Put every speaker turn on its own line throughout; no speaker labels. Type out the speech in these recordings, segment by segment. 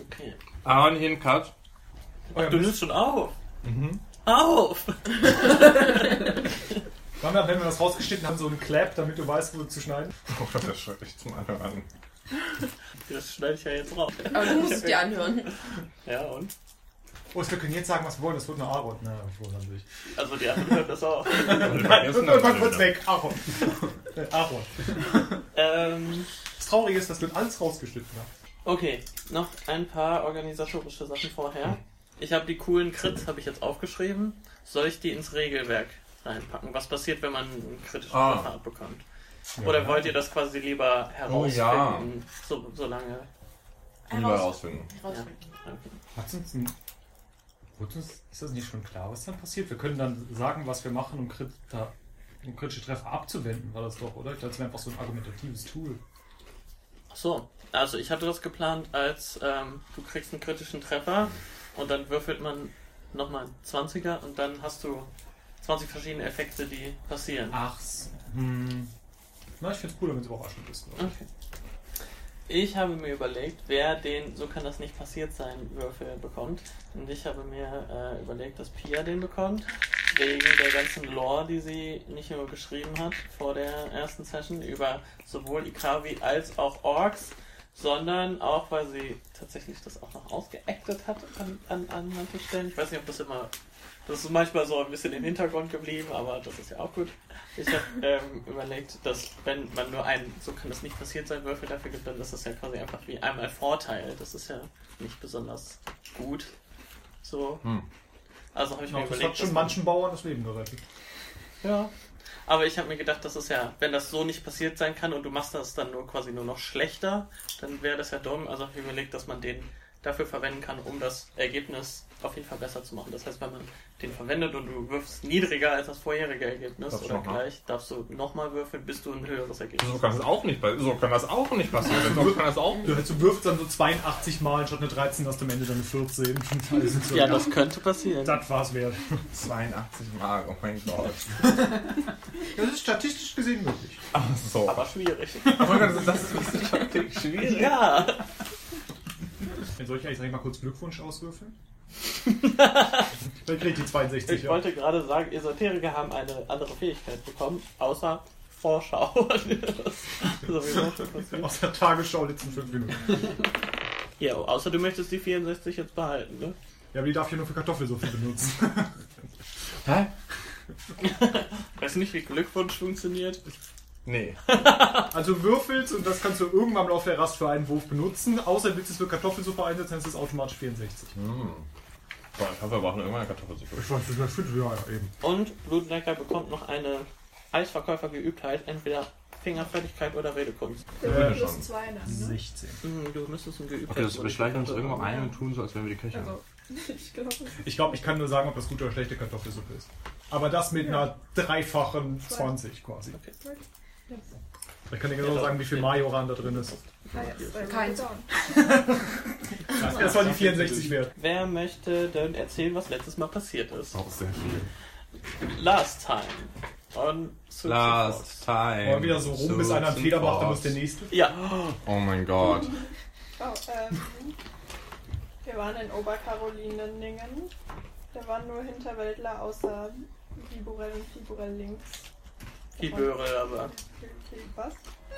Okay.
Aber nicht jeden Cut.
Ach, du nimmst schon auf.
Mhm.
Auf!
Dann, wenn wir das rausgeschnitten haben, so einen Clap, damit du weißt, wo du zu schneiden.
Oh Gott, das schreibe ich zum Anhören.
Das schneide ich ja jetzt raus.
Aber du musst es dir anhören.
Ja, und?
Oh, wir können jetzt sagen, was wir wollen. Das wird eine Aaron. Na, ich wohl dann durch.
Also die anderen hören das auch.
Vergessen
Irgendwann
haben wir
wird's
wieder.
weg. Aaron. Äh, Aaron.
ähm,
Das Traurige ist, dass wir alles rausgeschnitten haben.
okay, noch ein paar organisatorische Sachen vorher. Ich habe die coolen Crits, habe ich jetzt aufgeschrieben. Soll ich die ins Regelwerk reinpacken? Was passiert, wenn man einen kritischen
Ah.
Treffer abbekommt? Oder wollt ihr das quasi lieber herausfinden, so, solange?
Lieber rausfinden.
Herausfinden.
Hat's uns ein. Wurde uns, ist das nicht schon klar, was dann passiert? Wir können dann sagen, was wir machen, um, Krit da, um kritische Treffer abzuwenden, war das doch, oder? Ich glaube, das wäre einfach so ein argumentatives Tool.
Ach So, also ich hatte das geplant als ähm, du kriegst einen kritischen Treffer und dann würfelt man nochmal 20er und dann hast du 20 verschiedene Effekte, die passieren.
Ach, hm. Na, ich finde es cool, wenn es überraschend ist. glaub ich.
Okay. Ich habe mir überlegt, wer den so kann das nicht passiert sein Würfel bekommt. Und ich habe mir äh, überlegt, dass Pia den bekommt. Wegen der ganzen Lore, die sie nicht nur geschrieben hat vor der ersten Session über sowohl Ikavi als auch Orks, sondern auch, weil sie tatsächlich das auch noch ausgeactet hat an, an, an manchen Stellen. Ich weiß nicht, ob das immer. Das ist manchmal so ein bisschen im Hintergrund geblieben, aber das ist ja auch gut. Ich habe ähm, überlegt, dass wenn man nur einen, so kann das nicht passiert sein, Würfel dafür gibt, dann ist das ja quasi einfach wie einmal Vorteil. Das ist ja nicht besonders gut. So.
Hm.
Also habe ich mir
Genau, das
überlegt.
hat schon
dass man-
manchen Bauern das Leben gerettet.
ja. Aber ich habe mir gedacht, das ist ja, wenn das so nicht passiert sein kann und du machst das dann nur quasi nur noch schlechter, dann wäre das ja dumm. Also habe ich mir überlegt, dass man den dafür verwenden kann, um das Ergebnis auf jeden Fall besser zu machen. Das heißt, wenn man den verwendet und du wirfst niedriger als das vorherige Ergebnis
Darfst
oder
noch mal.
gleich, darfst du nochmal würfeln, bis du ein höheres Ergebnis
So kann das auch nicht passieren. So kann das auch nicht passieren. So kann das auch nicht.
Du, du wirfst dann so 82 Mal statt eine 13, hast du am Ende dann eine 14. Alles ist so-
Ja, das könnte passieren.
das war's wert.
82 Mal, oh mein Gott.
Das ist statistisch gesehen möglich.
Ach so.
Aber schwierig.
das ist wissenschaftlich schwierig.
ja.
Dann soll ich eigentlich sag ich mal kurz Glückwunsch auswürfeln? Dann krieg ich die 62.
Ich wollte gerade sagen, Esoteriker haben eine andere Fähigkeit bekommen, außer Vorschau. Das ist sowieso schon passiert.
Aus der Tagesschau letzten 5 Minuten.
ja, außer du möchtest die 64 jetzt behalten, ne?
Ja, aber die darf ich ja nur für Kartoffelsuppe benutzen.
Hä?
Weiß nicht, wie Glückwunsch funktioniert.
Nee.
Also würfelst und das kannst du irgendwann im Laufe der Rast für einen Wurf benutzen. Außer willst du es für Kartoffelsuppe einsetzen, dann ist es automatisch 64.
Boah, ich hoffe, wir brauchen irgendwann eine Kartoffelsuppe.
Ich weiß, das wäre fünf, ja, ja, eben.
Und Blutlecker bekommt noch eine Eisverkäufergeübtheit, entweder Fingerfertigkeit oder Redekunst.
Äh,
Plus zwei nach, ne?
16.
Hm, du müsstest ein Geübtheit.
Okay, das, wir schleichen uns irgendwo ein und tun so, als wären wir die Köche.
Also, ich glaube.
Ich glaube, ich kann nur sagen, ob das gute oder schlechte Kartoffelsuppe ist. Aber das mit einer dreifachen 20 quasi. Ich kann dir genau sagen, wie viel Majoran da drin ist.
Keins.
Das war die 64 wert.
Wer möchte denn erzählen, was letztes Mal passiert ist?
auch sehr viel.
Last time. On Suicide Force.
Last time.
Wollen wir wieder Ähm, so rum, bis einer einen Fehler macht, dann muss der nächste.
Ja,
Oh mein Gott.
Oh, ähm, wir waren in Oberkarolinendingen. Da waren nur Hinterwäldler außer Fiborell und Fiborell links.
Fiböre, aber.
Was?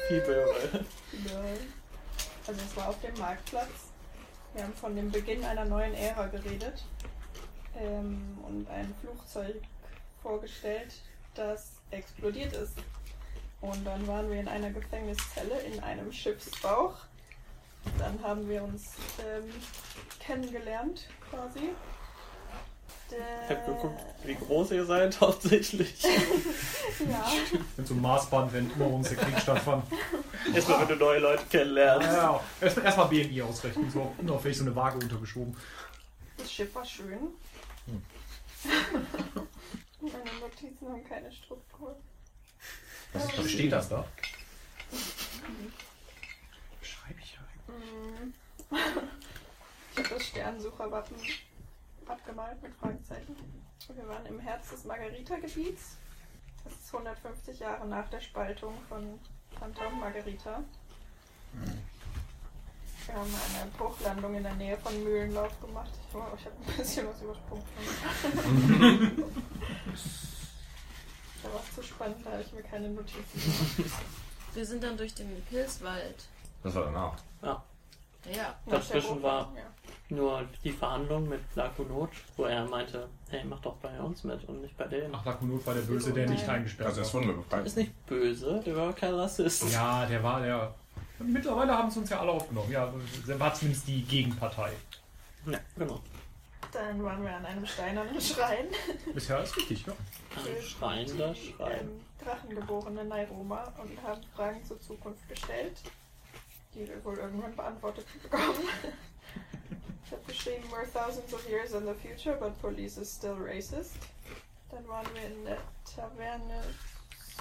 Fiböre.
Fiborell. Also es war auf dem Marktplatz. Wir haben von dem Beginn einer neuen Ära geredet ähm, und ein Flugzeug vorgestellt, das explodiert ist. Und dann waren wir in einer Gefängniszelle in einem Schiffsbauch. Dann haben wir uns ähm, kennengelernt quasi.
Ich hab geguckt,
Der,
wie groß ihr seid hauptsächlich.
ja,
Mit so einem Maßband, wenn immer uns der Krieg stattfand.
Erstmal, wenn du neue Leute kennenlernst.
Ja, erstmal erst mal BMI ausrechnen, so unauffällig so eine Waage untergeschoben.
das Schiff war schön. Meine Notizen haben keine Struktur.
Was steht das da? Schreibe ich ja eigentlich.
Mm. Ich habe das Sternsucherwappen abgemalt mit Fragezeichen. Und Wir waren im Herz des Margarita-Gebiets. Das ist 150 Jahre nach der Spaltung von Phantom Margarita. Wir haben eine Bruchlandung in der Nähe von Mühlenlauf gemacht. Ich, oh, ich habe ein bisschen was übersprungen. da war es zu spannend, da habe ich mir keine Notizen gemacht.
Wir sind dann durch den Pilzwald.
Das war danach.
Ja.
Nach der
Dazwischen war-
Bruchlandung,
Nur die Verhandlung mit Lakunot, wo er meinte, hey, mach doch bei uns mit und nicht bei denen.
Ach, Lakunot war der Böse, der nicht eingesperrt
Also
war.
es wurden wir befreit.
Ist nicht böse, der war kein Rassist.
Ja, der war der. Mittlerweile haben sie uns ja alle aufgenommen. Ja, der war zumindest die Gegenpartei.
Ja, genau.
ja. Dann waren wir an einem steinernen Schrein.
Bisher ist richtig, ja.
Ein schreiender Schrein.
ähm, drachengeborene Nairoma und haben Fragen zur Zukunft gestellt, die wir wohl irgendwann beantwortet bekommen. ich habe geschrieben, we're thousands of years in the future, but police is still racist. Dann waren wir in der Taverne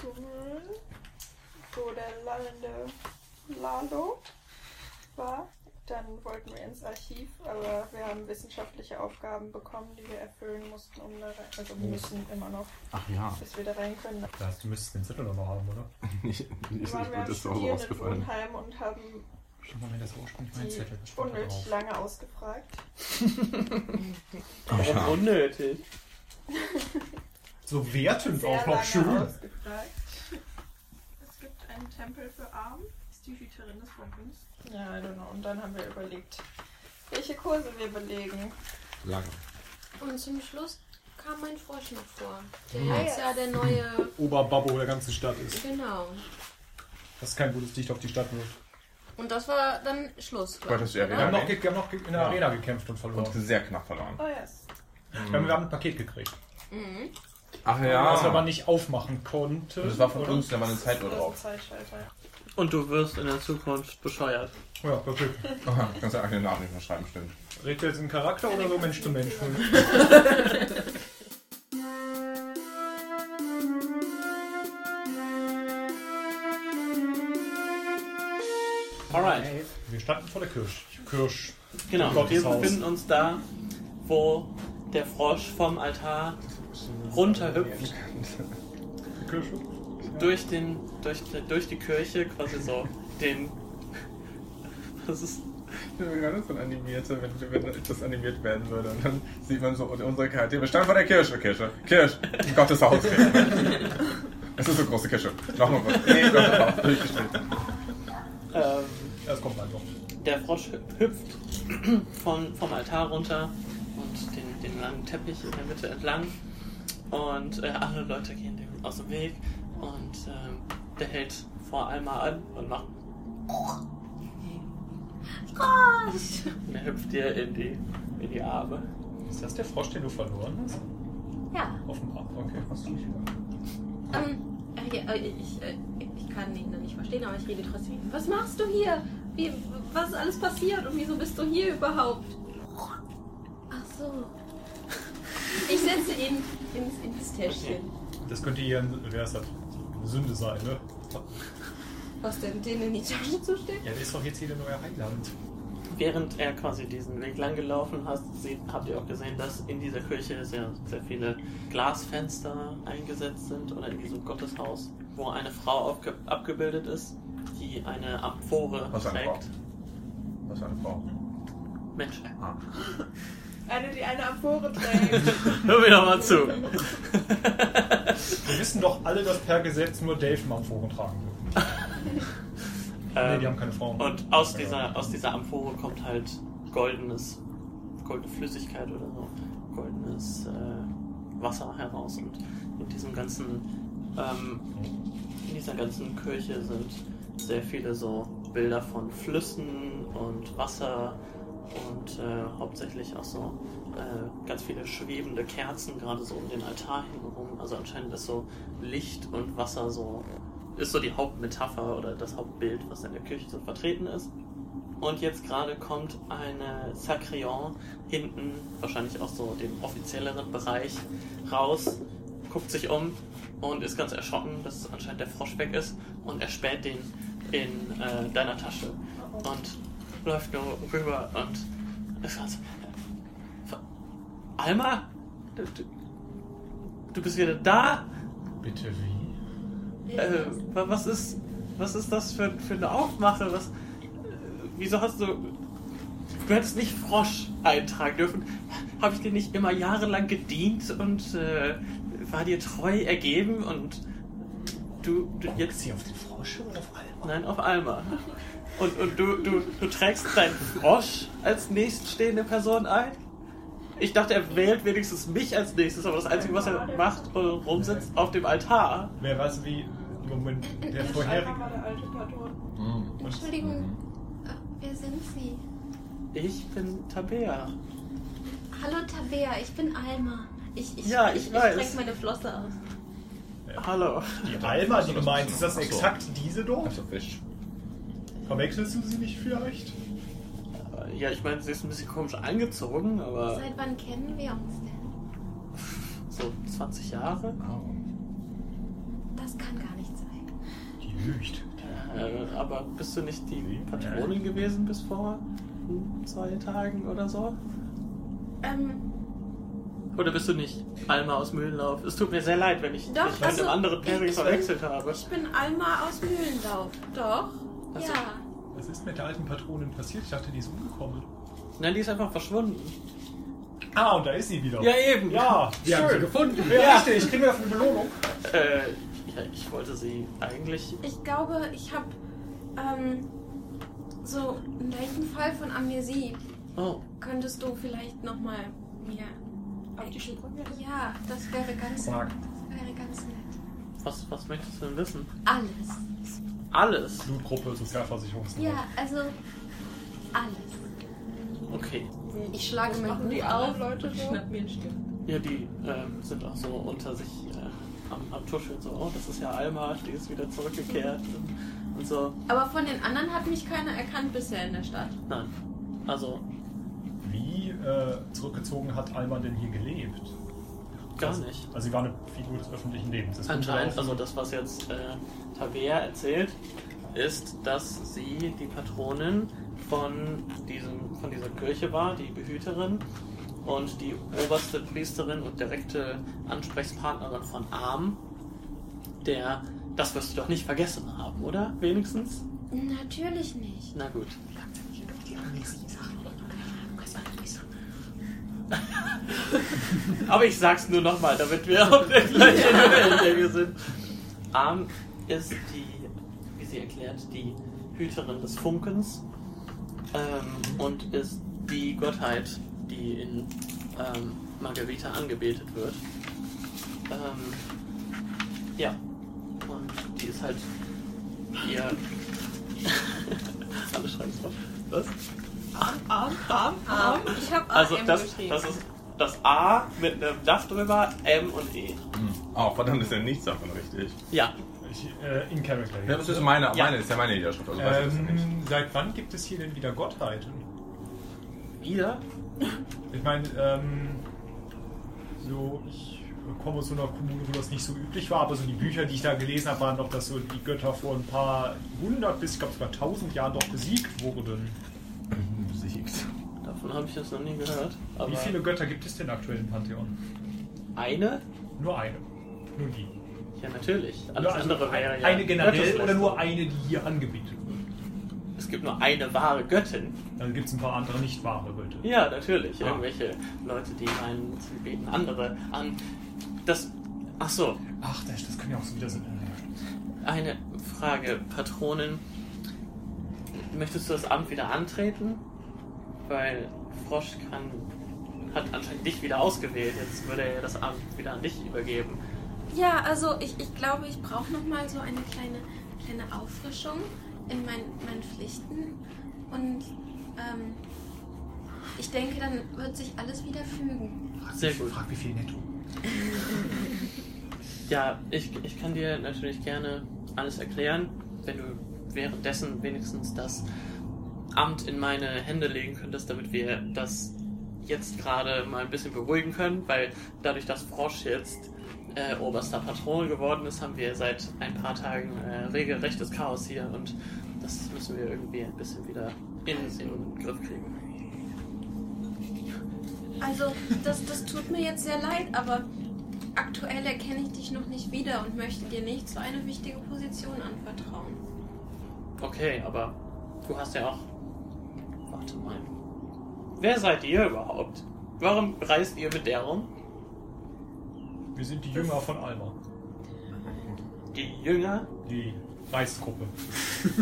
Sumrul, wo der lallende Lalo war. Dann wollten wir ins Archiv, aber wir haben wissenschaftliche Aufgaben bekommen, die wir erfüllen mussten, um da rein, also müssen immer noch,
Ach ja,
bis wir da rein können.
Da hast du müsstest den Zettel nochmal haben, oder?
nicht, ist nicht
waren wir
gut,
im
das ist auch rausgefallen.
Studierendenwohnheim und haben
Schau mal, wenn das ursprünglich mein
die
Zettel das stand da
unnötig
drauf.
lange ausgefragt.
Warum unnötig?
So wertend
Sehr
auch noch
lange
schön.
ausgefragt. Es gibt einen Tempel für Arm, ist die Hüterin des Bunkens. Ja, I don't know. Und dann haben wir überlegt, welche Kurse wir belegen.
Lange.
Und zum Schluss kam mein Frosch noch vor. Der
Ah,
jetzt
ja.
ja der neue.
Oberbabbo der ganzen Stadt ist.
Genau.
Das ist kein gutes Licht auf die Stadt. nur.
Und das war dann Schluss. glaub
War das die
ich,
Arena?
oder?
Wir haben
nee.
noch, ge- wir haben noch ge- in der
Ja.
Arena gekämpft und
Und
verloren.
sehr knapp verloren.
Oh yes.
Wir haben, wir haben ein Paket gekriegt,
Mhm.
Ach
das wir aber
ja,
nicht aufmachen konnten.
das war von uns, da war eine Zeituhr
Das ist ein
Halt drauf.
Zeitschalter.
Und du wirst in der Zukunft bescheuert.
Ja, perfekt.
Aha, kannst du einfach den Namen nicht mehr schreiben, stimmt.
Redet ihr jetzt in Charakter oder so Mensch zu Mensch?
Alright,
Wir standen vor der Kirsch. Kirsch.
genau. Wir
Gotteshaus.
befinden uns da, wo der Frosch vom Altar runterhüpft,
Kirsch.
durch, den, durch, durch die Kirche quasi so den... Das ist
Wenn das dann animierte, wenn, wenn das animiert werden würde, und dann sieht man so unsere Charaktere. Wir standen vor der Kirche, Kirche, Kirche, Gottes Haus. Es ist eine große Kirche. Nochmal kurz. Nee, Gottes Haus, durchgeschnitten.
ähm,
Das kommt einfach.
Der Frosch hü- hüpft von, vom Altar runter und den, den langen Teppich in der Mitte entlang. Und äh, alle Leute gehen dem aus dem Weg. Und ähm, der hält vor einmal an und macht. Und er hüpft dir in die, in die Arme.
Ist das der Frosch, den du verloren hast?
Ja.
Offenbar. Okay, hast du nicht gedacht.
Ähm, äh, ja, äh, ich, äh, ich kann ihn noch nicht verstehen, aber ich rede trotzdem. Was machst du hier? Wie, was ist alles passiert und wieso bist du hier überhaupt? Ach so. Ich setze ihn ins, ins Täschchen.
Das könnte ihr wer ist das? eine Sünde sein, ne?
Was denn den in die Tasche zu stecken?
Ja, der ist doch jetzt hier der neue Heiland.
Während er quasi diesen Weg lang gelaufen hast, seht, habt ihr auch gesehen, dass in dieser Kirche sehr, sehr viele Glasfenster eingesetzt sind oder in diesem Gotteshaus, wo eine Frau aufge- abgebildet ist, die eine Amphore
Was eine
trägt.
Was für eine Frau. Ah,
Mensch,
Eine, die eine Amphore trägt.
hör mir doch mal zu.
Wir wissen doch alle, dass per Gesetz nur Delfen am Forum tragen dürfen.
Ähm,
nee, die haben keine Frauen.
Ähm, Und aus dieser, aus dieser Amphore kommt halt goldenes, goldene Flüssigkeit oder so, goldenes äh, Wasser heraus. Und in diesem ganzen, ähm, in dieser ganzen Kirche sind sehr viele so Bilder von Flüssen und Wasser und äh, hauptsächlich auch so äh, ganz viele schwebende Kerzen gerade so um den Altar hinherum. Also anscheinend ist so Licht und Wasser so ist so die Hauptmetapher oder das Hauptbild, was in der Kirche so vertreten ist. Und jetzt gerade kommt eine Sacrion hinten, wahrscheinlich aus so dem offizielleren Bereich, raus, guckt sich um und ist ganz erschrocken, dass anscheinend der Frosch weg ist und er späht den in äh, deiner Tasche und läuft nur rüber und ist ganz. Alma? Du, du, du bist wieder da?
Bitte wie?
Äh, wa- was ist, was ist das für, für eine Aufmache? Was, äh, wieso hast du Du hättest nicht Frosch eintragen dürfen. Habe ich dir nicht immer jahrelang gedient und äh, war dir treu ergeben und du, du jetzt
Sie auf den Frosch oder auf Alma?
Nein, auf Alma. Und, und du, du, du trägst deinen Frosch als nächststehende Person ein? Ich dachte, er wählt wenigstens mich als nächstes, aber das Einzige, was er macht, äh, rumsitzt auf dem Altar.
Wer weiß, wie im Moment der
Scheinbar
vorherige.
war der alte Patron.
Entschuldigung, äh, wer sind Sie?
Ich bin Tabea.
Hallo Tabea, ich bin Alma. Ich, ich,
Ja, ich
ich,
weiß.
strecke meine Flosse aus.
Hallo.
Die Alma, die du meinst, ist das
Ach so.
exakt diese dort?
Also Fisch.
Verwechselst du sie nicht vielleicht?
Ja, ich meine, sie ist ein bisschen komisch angezogen, aber
Seit wann kennen wir uns denn?
so 20 Jahre.
Das kann gar nicht sein.
Die lügt.
Äh, aber bist du nicht die Patronin gewesen bis vor hm, zwei Tagen oder so?
Ähm,
Oder bist du nicht Alma aus Mühlenlauf? Es tut mir sehr leid, wenn ich
Doch,
dich mit
also,
einem anderen Pairing
ich-
verwechselt habe.
ich bin Alma aus Mühlenlauf. Doch?
Also-
ja.
Was ist mit der alten Patronin passiert? Ich dachte, die ist umgekommen.
Nein, die ist einfach verschwunden.
Ah, und da ist sie wieder.
Ja, eben.
Ja,
Wir Oh. haben sie
schön.
gefunden.
Ja, richtig. Kriegen wir dafür eine Belohnung?
Äh, ja, ich wollte sie eigentlich.
Ich glaube, ich habe ähm, so einen leichten Fall von Amnesie.
Oh,
Könntest du vielleicht nochmal mir...
Auf die Sprünge.
Ja, das wäre ganz,
Sag,
das wäre ganz nett.
was, was möchtest du denn wissen?
Alles.
Alles.
Blutgruppe, Sozialversicherungsnummer.
Ja, also alles.
Okay.
Ich schlage mein
machen
Buch
die
auf
anderen Leute
und
so?
schnapp mir einen Stift.
Ja, die ähm, sind auch so unter sich äh, am, am Tuscheln so. Oh, das ist ja Alma, die ist wieder zurückgekehrt und, und so.
Aber von den anderen hat mich keiner erkannt bisher in der Stadt.
Nein. Also,
Wie äh, zurückgezogen hat Alma denn hier gelebt?
gar
Also-
nicht.
Also sie war eine Figur des öffentlichen Lebens. Ist
Anscheinend, also
unterlaufen.
das, was jetzt äh, Tabea erzählt, ist, dass sie die Patronin von, diesem, von dieser Kirche war, die Behüterin und die oberste Priesterin und direkte Ansprechpartnerin von Arm, der, das wirst du doch nicht vergessen haben, oder? Wenigstens?
Natürlich nicht.
Na gut. Aber ich sag's nur nochmal, damit wir auf der gleichen Wellenlänge sind. Arm ist die, wie sie erklärt, die Hüterin des Funkens ähm, und ist die Gottheit, die in ähm, Margarita angebetet wird. Ähm, ja, und die ist halt ihr alle schreiben drauf. Was?
Ah, ich habe
Also
AM
das,
geschrieben.
das ist das A mit einem Dach drüber, M und E.
Oh, verdammt, ist ja nichts davon richtig.
Ja,
Ich, äh, in Character.
Ja,
Ja.
das ist meine,
Ja.
meine, das ist ja meine Niederschrift. Also weiß ich das ja nicht.
Ähm, seit wann gibt es hier denn wieder Gottheiten?
wieder.
Ich meine, ähm, so, ich komme aus so einer Kommune, wo das nicht so üblich war, aber so die Bücher, die ich da gelesen habe, waren doch, dass so die Götter vor ein paar hundert bis, ich glaube sogar tausend Jahren doch besiegt wurden.
Besiegt.
Davon habe ich jetzt noch nie gehört. Aber
Wie viele Götter gibt es denn aktuell im Pantheon?
Eine?
Nur eine. Nur die.
Ja, natürlich. Alles
Nur also
andere wäre
ein-
ja.
Eine generell
Gotteslästerung.
oder nur eine, die hier angebetet wird?
Es gibt nur eine wahre Göttin.
Dann gibt es ein paar andere nicht wahre Götter.
Ja, natürlich.
Ah.
Irgendwelche Leute, die meinen, sie beten andere an. Das. Ach so,
Ach, das, das können ja auch so wieder so.
eine Frage, Patronin. Möchtest du das Amt wieder antreten? Weil Frosch kann, hat anscheinend dich wieder ausgewählt. Jetzt würde er das Amt wieder an dich übergeben.
Ja, also ich, ich glaube, ich brauche nochmal so eine kleine, kleine Auffrischung in mein, meinen Pflichten. Und ähm, ich denke, dann wird sich alles wieder fügen.
Sehr gut.
Frag, wie viel netto.
Ja, ich, ich kann dir natürlich gerne alles erklären, wenn du währenddessen wenigstens das Amt in meine Hände legen könntest, damit wir das jetzt gerade mal ein bisschen beruhigen können, weil dadurch, dass Frosch jetzt äh, oberster Patron geworden ist, haben wir seit ein paar Tagen äh, regelrechtes Chaos hier und das müssen wir irgendwie ein bisschen wieder in, in den Griff kriegen.
Also das, das tut mir jetzt sehr leid, aber aktuell erkenne ich dich noch nicht wieder und möchte dir nicht so eine wichtige Position anvertrauen.
Okay, aber du hast ja auch. Warte mal. Wer seid ihr überhaupt? Warum reist ihr mit der rum?
Wir sind die Jünger von Alma.
Die Jünger?
Die Reisgruppe.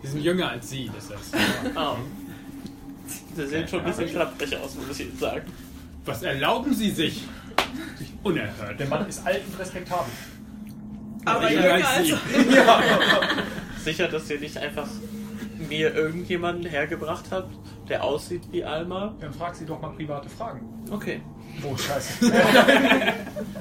Wir sind jünger als sie, das heißt.
Oh. Sie sehen schon ein bisschen schlapprig aus, muss ich Ihnen sagen.
Was erlauben sie sich? Unerhört.
Der Mann ist alt und respektabel.
Aber jünger als sie.
Sicher, dass ihr nicht einfach mir irgendjemanden hergebracht habt, der aussieht wie Alma?
Dann frag sie doch mal private Fragen.
Okay.
Oh, scheiße.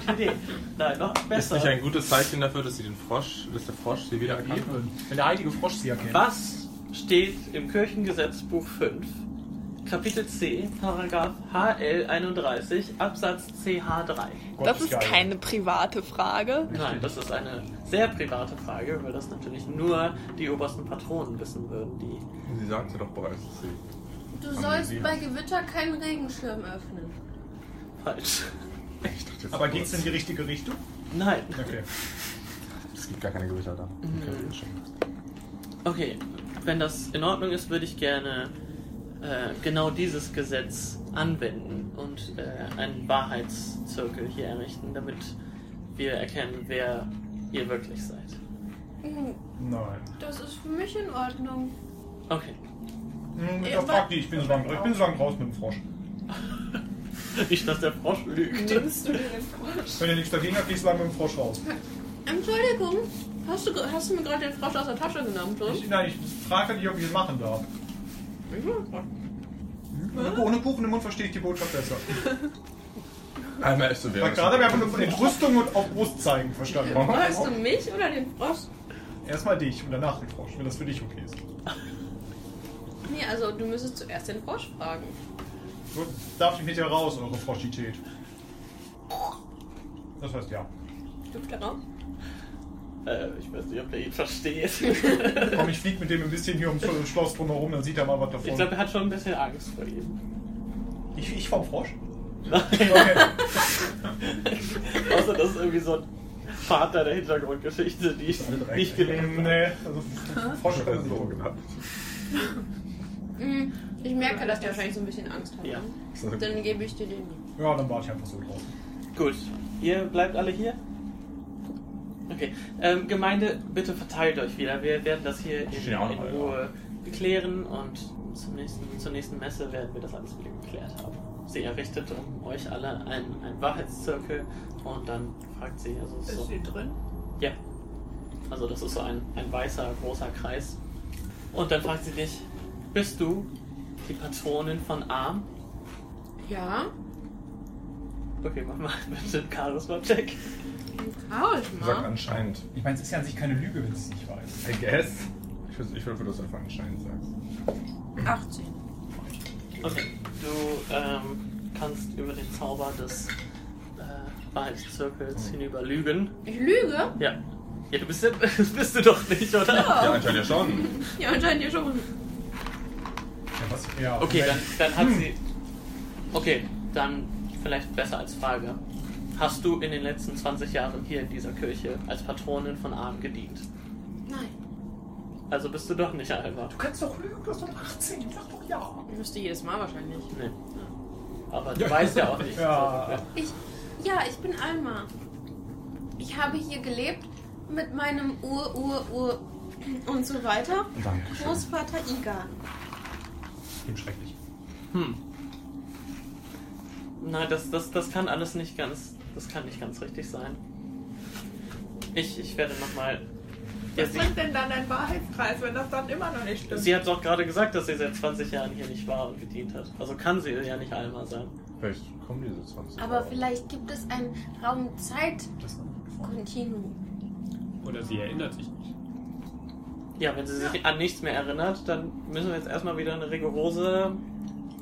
Gute Idee. Nein, noch
Ist
besser.
nicht ein gutes Zeichen dafür, dass sie den Frosch, dass der Frosch sie wieder erkannt hat?
Wenn der heilige Frosch sie erkennt.
Was steht im Kirchengesetzbuch 5, Kapitel C, Paragraph HL 31, Absatz CH3?
Gottes
Das ist
Geil.
keine private Frage.
Nein, das ist eine sehr private Frage, weil das natürlich nur die obersten Patronen wissen würden, die.
Sie sagte doch bereits, dass sie.
Du
Haben Sie-
sollst bei Gewitter keinen Regenschirm öffnen.
Falsch.
Ich dachte, jetzt-
Aber geht's in die richtige Richtung?
Nein.
Okay.
Es gibt gar keine Gewitter da. Okay, schon.
Okay, wenn das in Ordnung ist, würde ich gerne äh, genau dieses Gesetz anwenden und äh, einen Wahrheitszirkel hier errichten, damit wir erkennen, wer ihr wirklich seid.
Mhm.
Hm,
Nein.
Das ist für mich in Ordnung.
Okay,
Hm,
Ja,
ja,
aber-
frag die, ich bin so lange, ich bin so lange raus mit dem Frosch.
nicht, dass der Frosch lügt.
Nimmst du dir den Frosch?
Wenn ihr nichts dagegen habt, geh ich so lange mit dem Frosch raus.
Entschuldigung, hast du, ge- hast du mir gerade den Frosch aus der Tasche genommen, Tom?
Ich, nein, ich frage dich, ob ich es machen darf. Hm? Ohne Kuchen im Mund verstehe ich die Botschaft besser.
Einmal ist so
Weil gerade haben wir einfach nur von Entrüstung und auf Brust zeigen verstanden.
Wolltest du mich oder den Frosch?
Erstmal dich und danach den Frosch, wenn das für dich okay ist.
Nee, also du müsstest zuerst den Frosch fragen.
Gut, darf ich mit dir raus, eure Froschität? Das heißt ja.
Duft der Raum?
Äh, ich weiß nicht, ob der ihn versteht.
Komm, ich flieg mit dem ein bisschen hier ums ums Schloss drumherum, dann sieht er mal was davon.
Ich glaube, er hat schon ein bisschen Angst vor ihm.
ich, ich vom Frosch?
Nein,
Okay.
außer das ist irgendwie so ein Vater der Hintergrundgeschichte, die ich nicht gelesen habe.
nee, also Frosch kann das nicht.
so gedacht.
Mm, Ich merke, dass der wahrscheinlich so ein bisschen Angst hat. ne?
Ja.
Dann gebe ich dir den.
Ja, dann warte ich einfach so drauf.
Gut, ihr bleibt alle hier? Okay, ähm, Gemeinde, bitte verteilt euch wieder. Wir werden das hier in,
Ja,
in
Alter.
Ruhe klären und zum nächsten, zur nächsten Messe werden wir das alles wieder geklärt haben. Sie errichtet um euch alle einen, einen Wahrheitszirkel und dann fragt sie, also es ist
Ist
so,
sie drin?
ja, also das ist so ein, ein weißer, großer Kreis. Und dann fragt sie dich, bist du die Patronin von Arm?
Ja?
Okay, mach mal bitte einen Charisma-Check.
Chaos,
Sag
Mann.
anscheinend.
Ich meine, es ist ja an sich keine Lüge, wenn sie es nicht weiß.
I guess. Ich würde, ich würd, dass du einfach anscheinend sagst.
18.
Okay, du ähm, kannst über den Zauber des äh, Wahrheitszirkels hinüber lügen.
Ich lüge?
Ja. Ja, du bist ja, das bist du doch nicht, oder?
Oh.
Ja, anscheinend ja schon.
Ja, anscheinend ja schon.
Ja, was? Ja,
Okay, dann,
Moment.
dann hat sie. Okay, dann vielleicht besser als Frage. Hast du in den letzten 20 Jahren hier in dieser Kirche als Patronin von Armen gedient?
Nein.
Also bist du doch nicht Alva.
Du kannst doch lügen, du hast doch 18, sag doch ja.
Ich müsste jedes Mal wahrscheinlich.
Nee. Aber du weißt ja auch nicht.
Ja.
Ich. Ja, ich bin Alma. Ich habe hier gelebt mit meinem Ur, Ur, Ur und so weiter. Großvater Igan.
Ich bin schrecklich.
Hm. Nein, das, das, das kann alles nicht ganz. Das kann nicht ganz richtig sein. Ich, ich werde nochmal. Ja,
Was
sie,
bringt denn dann ein Wahrheitskreis, wenn das dann immer noch nicht stimmt?
sie hat doch gerade gesagt, dass sie seit 20 Jahren hier nicht war und gedient hat. Also kann sie ja nicht Alma sein.
Vielleicht kommen diese 20.
Aber
Euro.
vielleicht gibt es ein
Das
Raum-Zeit-Kontinuum.
Oder sie erinnert sich nicht.
Ja, wenn sie sich an nichts mehr erinnert, dann müssen wir jetzt erstmal wieder eine rigorose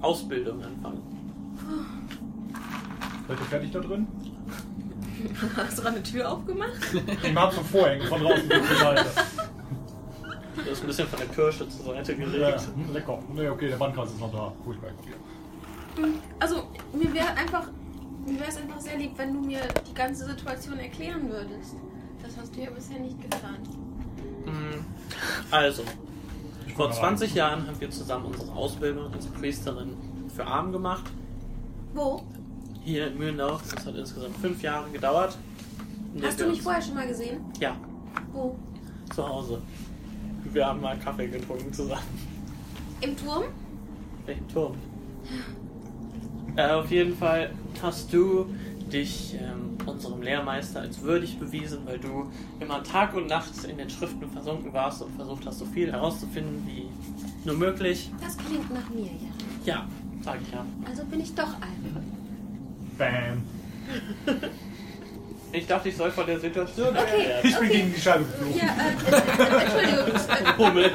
Ausbildung anfangen.
Seid ihr fertig da drin?
Hast du gerade eine Tür aufgemacht?
Ich mach so Vorhänge von draußen durch die Seite.
Du ist ein bisschen von der Kirsche zur Seite
Ja,
geregt.
hm, lecker. Ne, okay, der Bandkreis ist noch da. Gut, gleich.
Also, mir wäre einfach, mir wäre es einfach sehr lieb, wenn du mir die ganze Situation erklären würdest. Das hast du ja bisher nicht getan.
Mm, Also, Vor 20 Jahren haben wir zusammen unsere Ausbildung als Priesterin für Arm gemacht.
Wo?
Hier in Mühlenau. Das hat insgesamt fünf Jahre gedauert. In der
Hast
wir
du mich
uns-
vorher schon mal gesehen?
Ja,
Wo?
zu Hause. Wir haben mal Kaffee getrunken zusammen.
Im Turm?
Welchen Turm? Äh, auf jeden Fall hast du dich ähm, unserem Lehrmeister als würdig bewiesen, weil du immer Tag und Nacht in den Schriften versunken warst und versucht hast, so viel herauszufinden wie nur möglich.
Das klingt nach mir, ja.
Ja, sag ich ja.
Also bin ich doch ein.
Bam.
Ich dachte, ich soll von der Situation
Okay,
erklären.
Ich bin gegen die Scheibe geflogen.
Ja, äh, äh, Entschuldigung. Äh,
Hummel.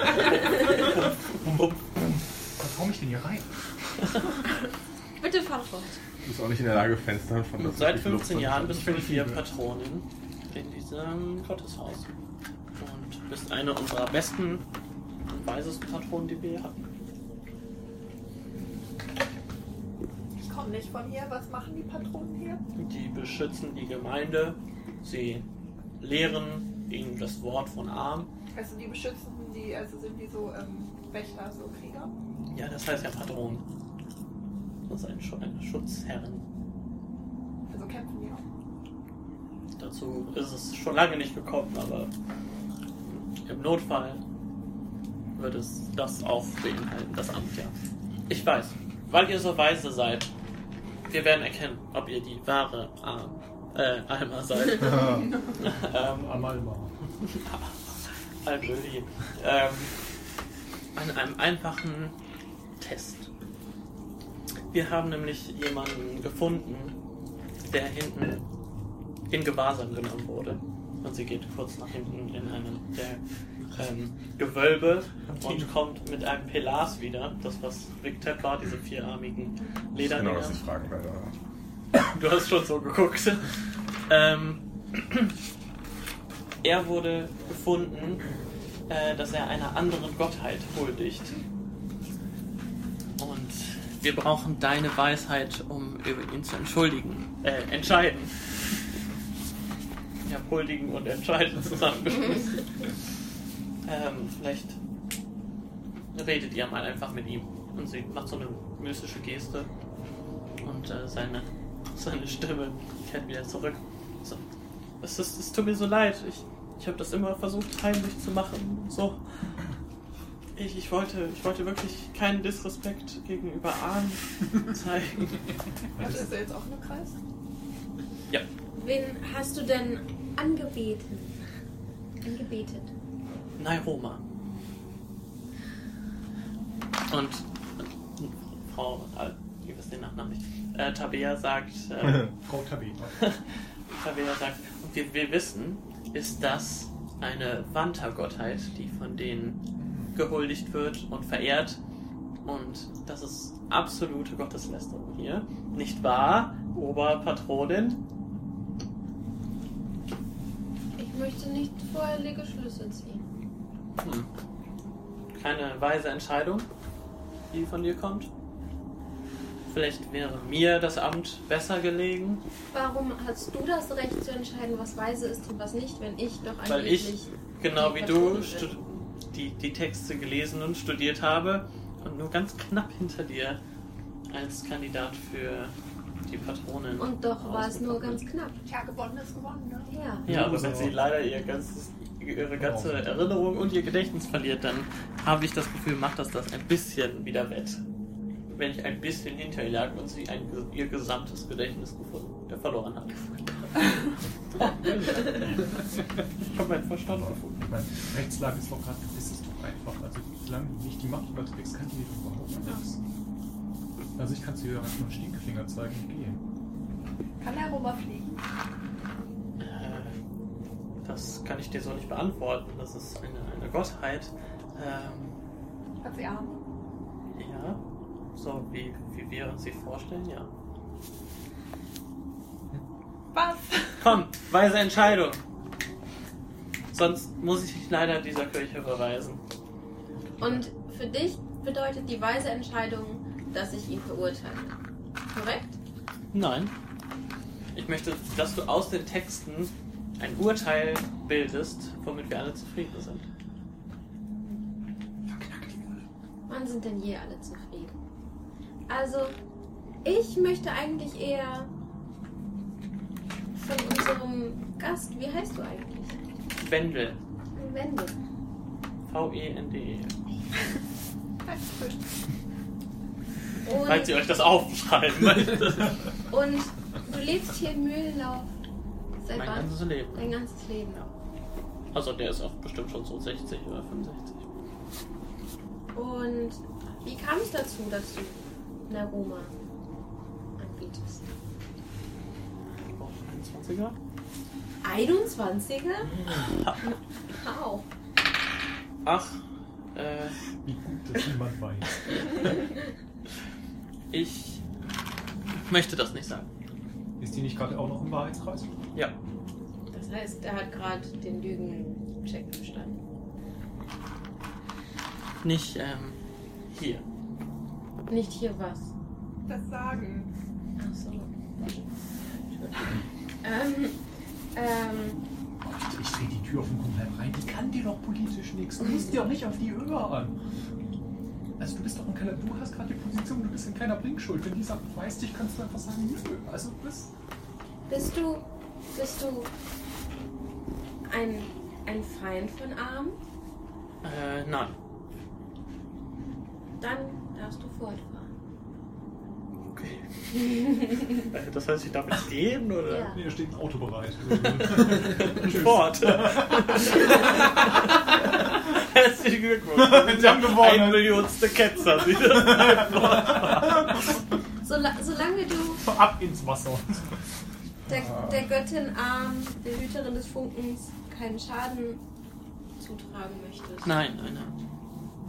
Was komme ich denn hier rein?
bitte fahr fort.
Du bist auch nicht in der Lage, Fenstern von
Und seit 15 Jahren bist du hier Patronin in diesem Gotteshaus. Und bist eine unserer besten und weisesten Patronen, die wir hier hatten.
Ich komme nicht von hier. Was machen die Patronen hier?
Die beschützen die Gemeinde, sie lehren ihnen das Wort von Arm.
Also die beschützen die, also sind die so ähm, Wächter, so Krieger?
Ja, das heißt ja Patron. Das ist ein, Schu- ein Schutzherren.
Also kämpfen die auch.
Dazu ist es schon lange nicht gekommen, aber im Notfall wird es das auch beinhalten, das Amt, ja. Ich weiß, weil ihr so weise seid, wir werden erkennen, ob ihr die wahre Arm, äh, Alma seid. ähm,
Amalma.
Almöli. Also, Ähm, an einem einfachen Test. Wir haben nämlich jemanden gefunden, der hinten in Gewahrsam genommen wurde. Und sie geht kurz nach hinten in einem der ähm, Gewölbe und kommt mit einem Pelas wieder. Das, was Big Ted war, diese vierarmigen Lederdinger.
Genau, das ist die Frage, leider.
Du hast schon so geguckt. Ähm, er wurde gefunden, äh, dass er einer anderen Gottheit huldigt. Und wir brauchen deine Weisheit, um über ihn zu entschuldigen. Äh, entscheiden. Ja, huldigen und entscheiden zusammengeschmissen. ähm, vielleicht redet ihr mal einfach mit ihm. Und sie macht so eine mystische Geste. Und äh, seine, seine Stimme kehrt wieder zurück. So. Es, ist, es tut mir so leid. Ich, ich habe das immer versucht, heimlich zu machen. So. Ich, ich, wollte, ich wollte wirklich keinen Disrespekt gegenüber Ahn zeigen.
Also ist er jetzt auch im Kreis?
ja.
Wen hast du denn angebeten? Angebetet.
Nairoma. Und Frau, äh, ihr wisst den Nachnamen nicht. Äh, Tabea sagt. Äh,
Frau Tabea.
Tabea sagt, und wir, wir wissen, ist das eine Wanta-Gottheit, die von denen gehuldigt wird und verehrt. Und das ist absolute Gotteslästerung hier. Nicht wahr, Oberpatronin?
Ich möchte nicht vorherige Schlüsse ziehen.
Hm. Keine weise Entscheidung, die von dir kommt. Vielleicht wäre mir das Amt besser gelegen,
Warum hast du das Recht zu entscheiden, was weise ist und was nicht, wenn ich doch
weil ich,
angeblich...
genau
die
wie du,
Patronin
stu-
bin?
die, die Texte gelesen und studiert habe und nur ganz knapp hinter dir als Kandidat für die Patronin.
Und doch war es nur
rausgekommen
ganz knapp.
Tja, gewonnen ist gewonnen, ne?
Ja.
bin. Ja, aber wenn sie leider ihr ganzes, ihre ganze Erinnerung und ihr Gedächtnis verliert, dann habe ich das Gefühl, macht das das ein bisschen wieder wett. Wenn ich ein bisschen hinter ihr lag und sie ein, ihr gesamtes Gedächtnis gefunden, äh, verloren hat. ich habe meinen Verstand gefunden.
Ich meine, Rechtslage ist doch gerade, ist es doch einfach. Also, solange du nicht die Macht überträgst, kann die dir doch überhaupt nichts. Also, ich kann dir einfach nur einen Stinkefinger zeigen und gehen.
Kann der Roma fliegen?
Äh, Das kann ich dir so nicht beantworten. Das ist eine, eine Gottheit. Ähm,
Hat sie Arme?
ja, so wie, wie wir uns sie vorstellen, ja.
Was?
Komm, weise Entscheidung. Sonst muss ich dich leider dieser Kirche verweisen.
Und für dich bedeutet die weise Entscheidung, dass ich ihn verurteile. Korrekt?
Nein. Ich möchte, dass du aus den Texten ein Urteil bildest, womit wir alle zufrieden sind.
Knack, knack,
Wann sind denn je alle zufrieden? Also, ich möchte eigentlich eher von unserem Gast, wie heißt du eigentlich?
Wendel. E
Wendel.
V-E-N-D-E.
Und-
Falls ihr euch das aufschreiben möchtet.
Und du lebst hier in Mühlenlauf seit
Mein
wann?
ganzes Leben.
Dein ganzes Leben.
Also der ist auch bestimmt schon so 60 oder 65.
Und wie kam es dazu, dass du Naruma anbietest?
21er?
21er? Wow.
Ach, äh,
Wie gut, dass niemand weiß.
ich möchte das nicht sagen.
Ist die nicht gerade auch noch im Wahrheitskreis?
Ja.
Das heißt, er hat gerade den Lügencheck bestanden.
Nicht ähm, hier.
Nicht hier was.
Das sagen.
Ach so. Ähm, ähm,
Ich drehe die Tür auf den Kumpel rein. Die kann dir doch politisch nichts. Du musst dir doch nicht auf die Ömer an. Also du bist doch ein kleiner, du hast gerade die Position, du bist ein kleiner Blinkschuld. Wenn die sagt, du weißt dich, kannst du einfach sagen, nö. Also du bist...
bist du, bist du ein, ein Feind von Arm?
Äh, nein.
Dann darfst du fortfahren.
Äh, Das heißt, ich darf jetzt gehen oder?
Ja.
Nee, da steht ein Auto bereit.
Sport. Herzlichen Glückwunsch.
Sie haben gewonnen.
Ein Millionste Ketzer. die das-
Sola solange du
Ab ins Wasser.
der, der Göttin Arm, der Hüterin des Funkens, keinen Schaden zutragen möchtest,
nein, nein, nein.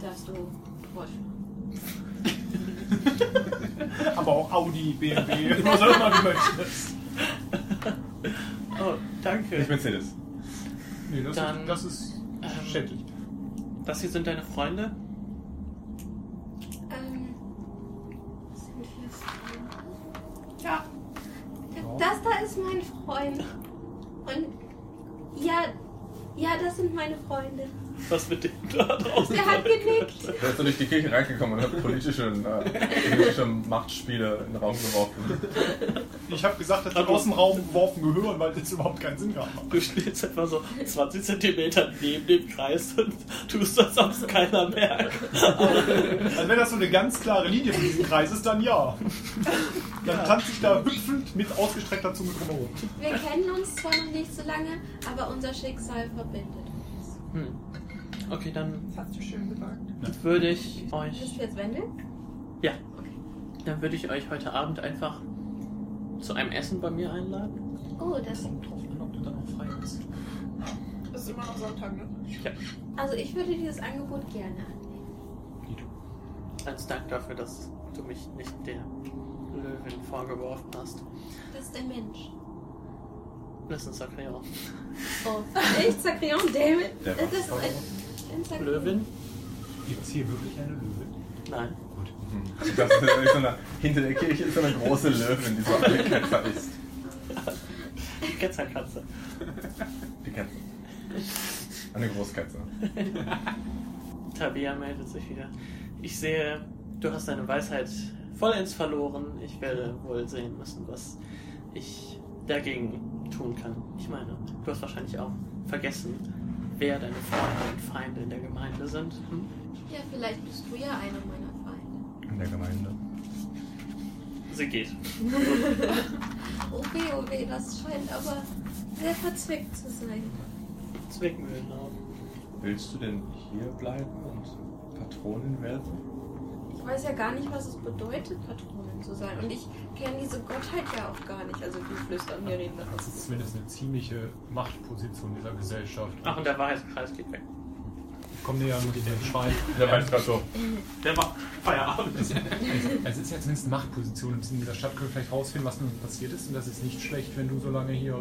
darfst du fortfahren.
Aber auch Audi, BMW, was auch immer du möchtest.
Oh, danke.
Nicht Mercedes.
Nee, das
Dann-
ist, das ist
ähm,
schädlich.
Das hier sind deine Freunde?
Ähm, sind wir Freunde?
Ja.
Das da ist mein Freund. Und ja, ja, das sind meine Freunde.
Was mit dem da draußen?
Der hat genickt.
Der ist so durch die Kirche reingekommen und hat politische, äh, politische Machtspiele in den Raum geworfen.
Ich habe gesagt, dass die
Aber-
Außenraum geworfen gehören, weil das überhaupt keinen Sinn gehabt hat.
Du stehst etwa so 20 Zentimeter neben dem Kreis und tust das, als ob es keiner merkt.
Also wenn das so eine ganz klare Linie für diesen Kreis ist, dann ja. Dann tanzt ich da hüpfend mit ausgestreckter Zunge drumherum.
Wir kennen uns zwar noch nicht so lange, aber unser Schicksal verbindet uns.
Hm. Okay, dann
Das hast du schön gesagt.
würde ich euch
Bist du jetzt Wendel?
Ja. Dann würde ich euch heute Abend einfach zu einem Essen bei mir einladen.
Oh, das.
Kommt drauf an, ob du dann auch frei bist.
Das ist immer noch Sonntag, ne?
Also ich würde dieses Angebot gerne annehmen.
Als Dank dafür, dass du mich nicht der Löwin vorgeworfen hast.
Das ist ein Mensch.
Das ist okay auch.
Oh. Ich Zakrion, David.
Der war
Das ist ein, ein Zakrion.
Löwin?
Gibt es hier wirklich eine Löwe?
Nein.
Hm. Also Das ist jetzt so eine, hinter der Kirche ist so eine große Löwin, die so alle Ketzer ist.
Ketzerkatze.
Die Ketzer. Eine Großkatze.
Tabea meldet sich wieder. Ich sehe, du hast deine Weisheit vollends verloren. Ich werde wohl sehen müssen, was ich dagegen tun kann. Ich meine, du hast wahrscheinlich auch vergessen, wer deine Freunde und Feinde in der Gemeinde sind. Hm?
Ja, vielleicht bist du ja einer meiner Feinde.
In der Gemeinde.
Sie geht.
Oh weh, oh weh, das scheint aber sehr verzwickt zu sein.
Zwickmühlen auf.
Willst du denn hier bleiben und Patronin werden?
Ich weiß ja gar nicht, was es bedeutet, Patronin zu sein. Und ich kenne diese Gottheit ja auch gar nicht. Also die flüstern mir reden
Das ist zumindest eine ziemliche Machtposition dieser Gesellschaft.
Ach, und der Wahrheitskreis geht weg.
Komm näher mit dem Schwein.
Der weiß gerade so.
Der war Feierabend.
Ähm, Es ist ja zumindest eine Machtposition. In dieser Stadt können wir vielleicht rausfinden, was nun passiert ist. Und das ist nicht schlecht, wenn du so lange hier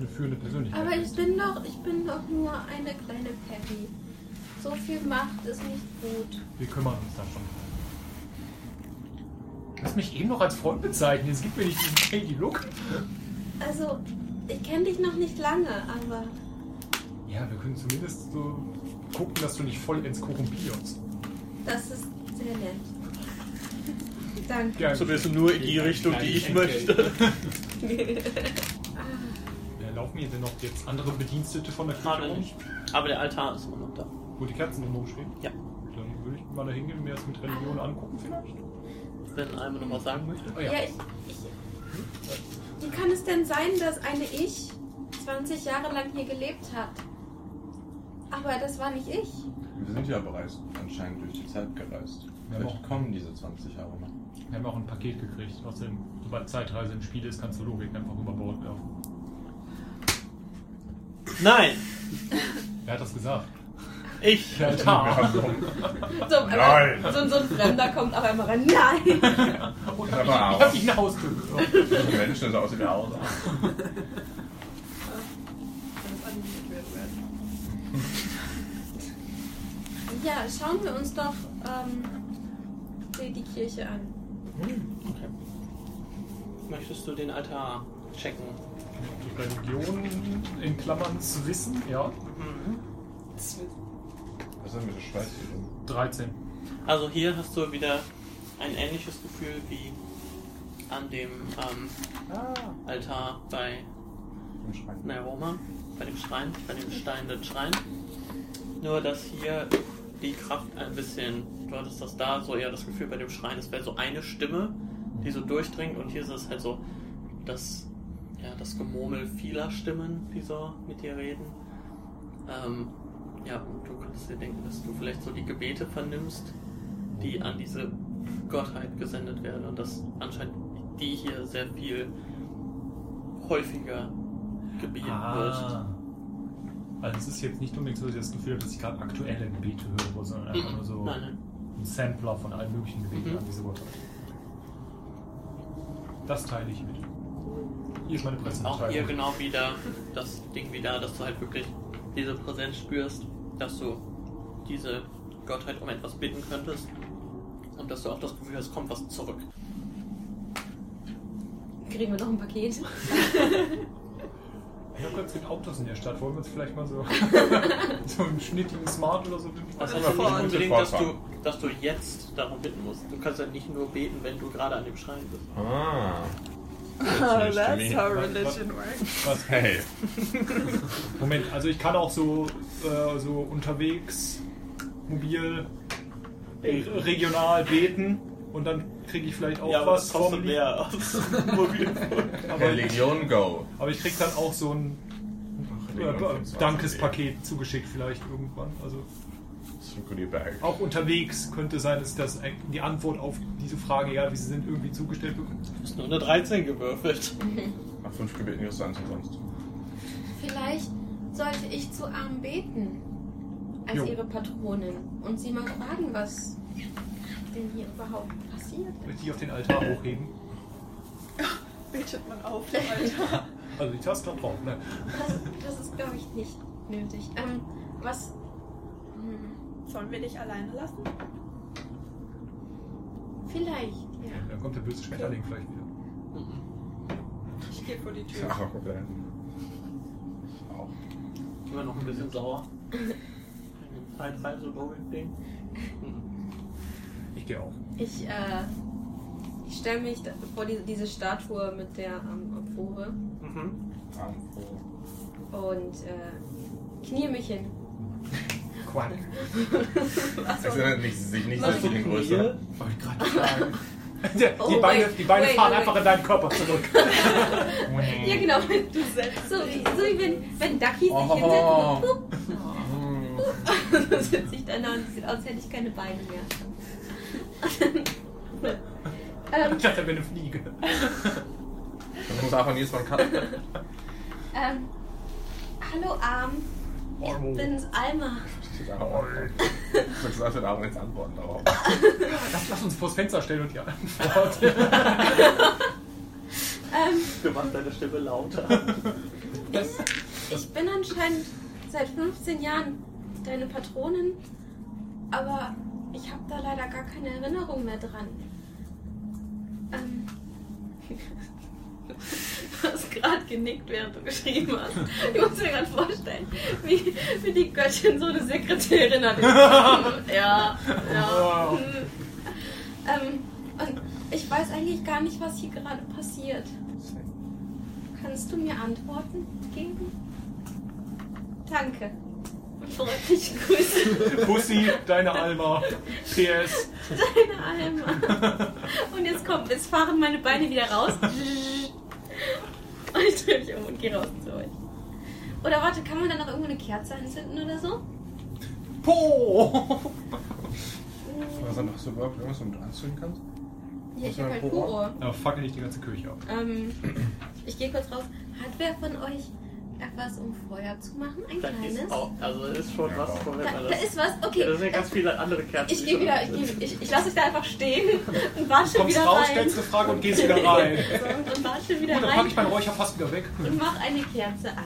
eine führende Persönlichkeit
Aber ich
bist.
bin doch, ich bin doch nur eine kleine Peppy. So viel Macht ist nicht gut.
Wir kümmern uns dann schon. Lass mich eben noch als Freund bezeichnen. Es gibt mir nicht diesen shady Look.
Also, ich kenne dich noch nicht lange, aber
Ja, wir können zumindest so gucken, dass du nicht voll ins korrumpierst.
Das ist sehr nett. Danke.
So wissen nur in die Richtung, die ich möchte.
Äh, laufen hier denn noch jetzt andere Bedienstete von der Kirche
Gerade
rum?
nicht. Aber der Altar ist immer noch da.
Wo die Kerzen drumherum stehen?
Ja.
Dann würde ich mal da hingehen und mir das mit Religion angucken vielleicht. Oh
Wenn einmal noch was sagen möchte.
Ja, ich, ich, wie kann es denn sein, dass eine Ich 20 Jahre lang hier gelebt hat? Aber das war nicht ich.
Wir sind ja bereits anscheinend durch die Zeit gereist. Vielleicht kommen diese 20 Jahre noch.
Wir haben auch ein Paket gekriegt. Außerdem, sobald Zeitreise im Spiel ist, kannst du Logik einfach über Bord werfen.
Nein!
Wer hat das gesagt?
Ich!
Der Altar.
So, aber
Nein.
So, so ein Fremder kommt auf einmal rein. Nein!
Und
Aber
hab ich, ich hab
auch.
ihn nach Hause gehört.
Die Menschen so aus wie der Aura.
Ja, schauen wir uns doch ähm, die, die Kirche an.
Okay. Möchtest du den Altar checken?
Die Religion in Klammern zu wissen, ja.
Was ist denn mit der Schweiz hier drin?
13.
Also hier hast du wieder ein ähnliches Gefühl wie an dem ähm, Altar bei
Im Schrank.
Naroma, bei dem Schrein, bei dem steinenden Schrein. Nur, dass hier die Kraft ein bisschen, du hattest das da so eher das Gefühl bei dem Schrein, es wäre so eine Stimme, die so durchdringt und hier ist es halt so das, ja, das Gemurmel vieler Stimmen, die so mit dir reden. Ähm, ja, und du kannst dir denken, dass du vielleicht so die Gebete vernimmst, die an diese Gottheit gesendet werden und dass anscheinend die hier sehr viel häufiger gebeten
Ah.
wird.
Also es ist jetzt nicht unbedingt so, dass ich das Gefühl habe, dass ich gerade aktuelle Gebete höre, sondern einfach nur
also
so
Mhm. Nein, nein.
ein Sampler von allen möglichen Gebeten
Mhm.
an diese Gottheit. Das teile ich mit. Hier ist meine
Auch hier
Pressemitteilung.
genau wieder das Ding wieder, dass du halt wirklich diese Präsenz spürst, dass du diese Gottheit um etwas bitten könntest und dass du auch das Gefühl hast, kommt was zurück.
Kriegen wir noch ein Paket?
Ich habe ganz viele Autos in der Stadt. Wollen wir uns vielleicht mal so, so einen schnittigen Smart oder so wünschen?
Das
Also
heißt
vor-
nicht unbedingt, dass du,
Vorfahren.
dass du jetzt darum bitten musst. Du kannst ja nicht nur beten, wenn du gerade an dem Schrein bist.
Ah.
Oh,
Natürlich,
that's
Jimmy.
how religion works.
Was?
Hey.
Moment, also ich kann auch so, äh, so unterwegs, mobil, äh, regional beten und dann kriege ich vielleicht auch was vom Lied.
aus Mobilfunk.
Aber,
Religion Go.
aber ich kriege dann auch so ein äh,
Religion
äh,
25.
Dankespaket zugeschickt vielleicht irgendwann. Also
Schokolade Berg.
auch unterwegs könnte sein, dass das eigentlich die Antwort auf diese Frage, ja, wie sie sind, irgendwie zugestellt bekommt.
Du hast nur eine 13 gewürfelt.
Nach fünf Gebeten kriegst du eins umsonst.
Vielleicht sollte ich zu Arm beten als
Jo.
ihre Patronin und sie mal fragen, was denn hier überhaupt passiert.
Richtig auf den Altar hochheben.
Betet man auf, Alter.
Also die Taste noch drauf, ne?
Das, das ist, glaube ich, nicht nötig. Ähm, was. Hm,
Sollen wir dich alleine lassen?
vielleicht, ja.
Dann kommt der böse Schmetterling vielleicht wieder.
Ich gehe vor die Tür.
Ach, okay. Auch.
Immer noch ein bisschen sauer. Ein Fall so Ding.
Ich gehe auch.
Ich, äh, ich stelle mich da- vor die, diese Statue mit der ähm, Amphore
Mhm.
Arm.
und äh, knie mich hin.
Quack.
Es erinnert mich- sich halt nicht
Was
an die Größe.
Wollte gerade sagen.
Oh,
die Beine,
wait,
die Beine
wait,
fahren
wait.
einfach in deinen Körper zurück.
Ja, genau. So, wie- so wie wenn, wenn Ducky sich
Oh.
hinsetzt und so, so sitze ich dann da und sieht aus, als hätte ich keine Beine mehr. ähm,
Ich dachte, er wäre eine Fliege.
Das muss einfach jedes Mal ein Cut werden.
ähm, hallo Arm,
Oh,
ich bin's Alma.
Steht einfach mal drauf. Du kannst einfach da auch jetzt antworten darauf.
Lass, lass uns vors Fenster stellen und die Antwort.
Ähm,
Du machst deine Stimme lauter.
ich bin anscheinend seit 15 Jahren deine Patronin, aber ich habe da leider gar keine Erinnerung mehr dran. Ähm, Du hast gerade genickt, während du geschrieben hast. Ich muss mir gerade vorstellen, wie, wie die Göttin so eine Sekretärin hat. ja, ja.
Wow.
hm. Ähm, und ich weiß eigentlich gar nicht, was hier gerade passiert. Kannst du mir Antworten geben? Danke. Und freundliche Grüße.
Pussy, deine Alma. PS.
Deine Alma. Und jetzt kommt, jetzt fahren meine Beine wieder raus. Und ich drehe mich um und gehe raus zu euch. Oder warte, kann man da noch irgendwo eine Kerze anzünden oder so?
Po!
Was dann hast du überhaupt irgendwas, um du anzünden kannst?
Ja, ich
Hast du
habe
einen
halt Kuro.
Ja, fuck nicht die ganze Kirche ab.
Ähm, ich gehe kurz raus. Hat wer von euch etwas, um Feuer zu machen? Ein
Da
kleines?
ist auch, also da ist schon was. Moment
Da,
mal,
da
das-
ist was? Okay. Äh,
Ja, da sind ja ganz viele andere Kerzen.
Ich
die
gehe
schon
wieder,
an
ich,
sind.
geh, ich, ich lasse dich da einfach stehen und warte
Kommst
wieder
raus,
rein.
stellst eine Frage und gehst wieder rein.
und warte
Und
wieder
dann pack ich mein
rein
Räucher fast wieder weg.
und mach eine Kerze an.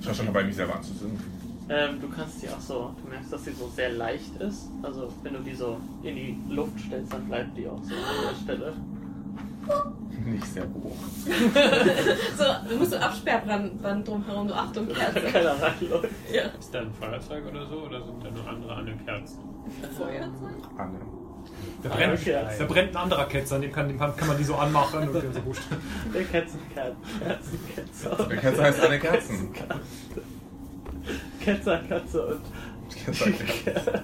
Ich war schon dabei, mich selber anzuzünden.
Ähm, du kannst die auch so, du merkst, dass die so sehr leicht ist. Also wenn du die so in die Luft stellst, dann bleibt die auch so an der Stelle.
Nicht sehr hoch.
So, dann musst du Absperrband Band drumherum, so Achtung, Kerze.
Keiner reinläuft.
Ja.
Ist da ein Feuerzeug oder so oder sind da nur andere an den Kerzen?
Feuerzeug?
Anne.
Da
Ah,
brennt,
okay.
also.
da brennt ein anderer Ketzer, an dem kann, dem kann kann man die so anmachen und der so wurscht.
Der Kerzen, Kerzen, Kerzen, Kerzen.
Der Kerze heißt Anne Kerzen.
Kerze, Kerze und
Kerze, Kerze.
Kerze.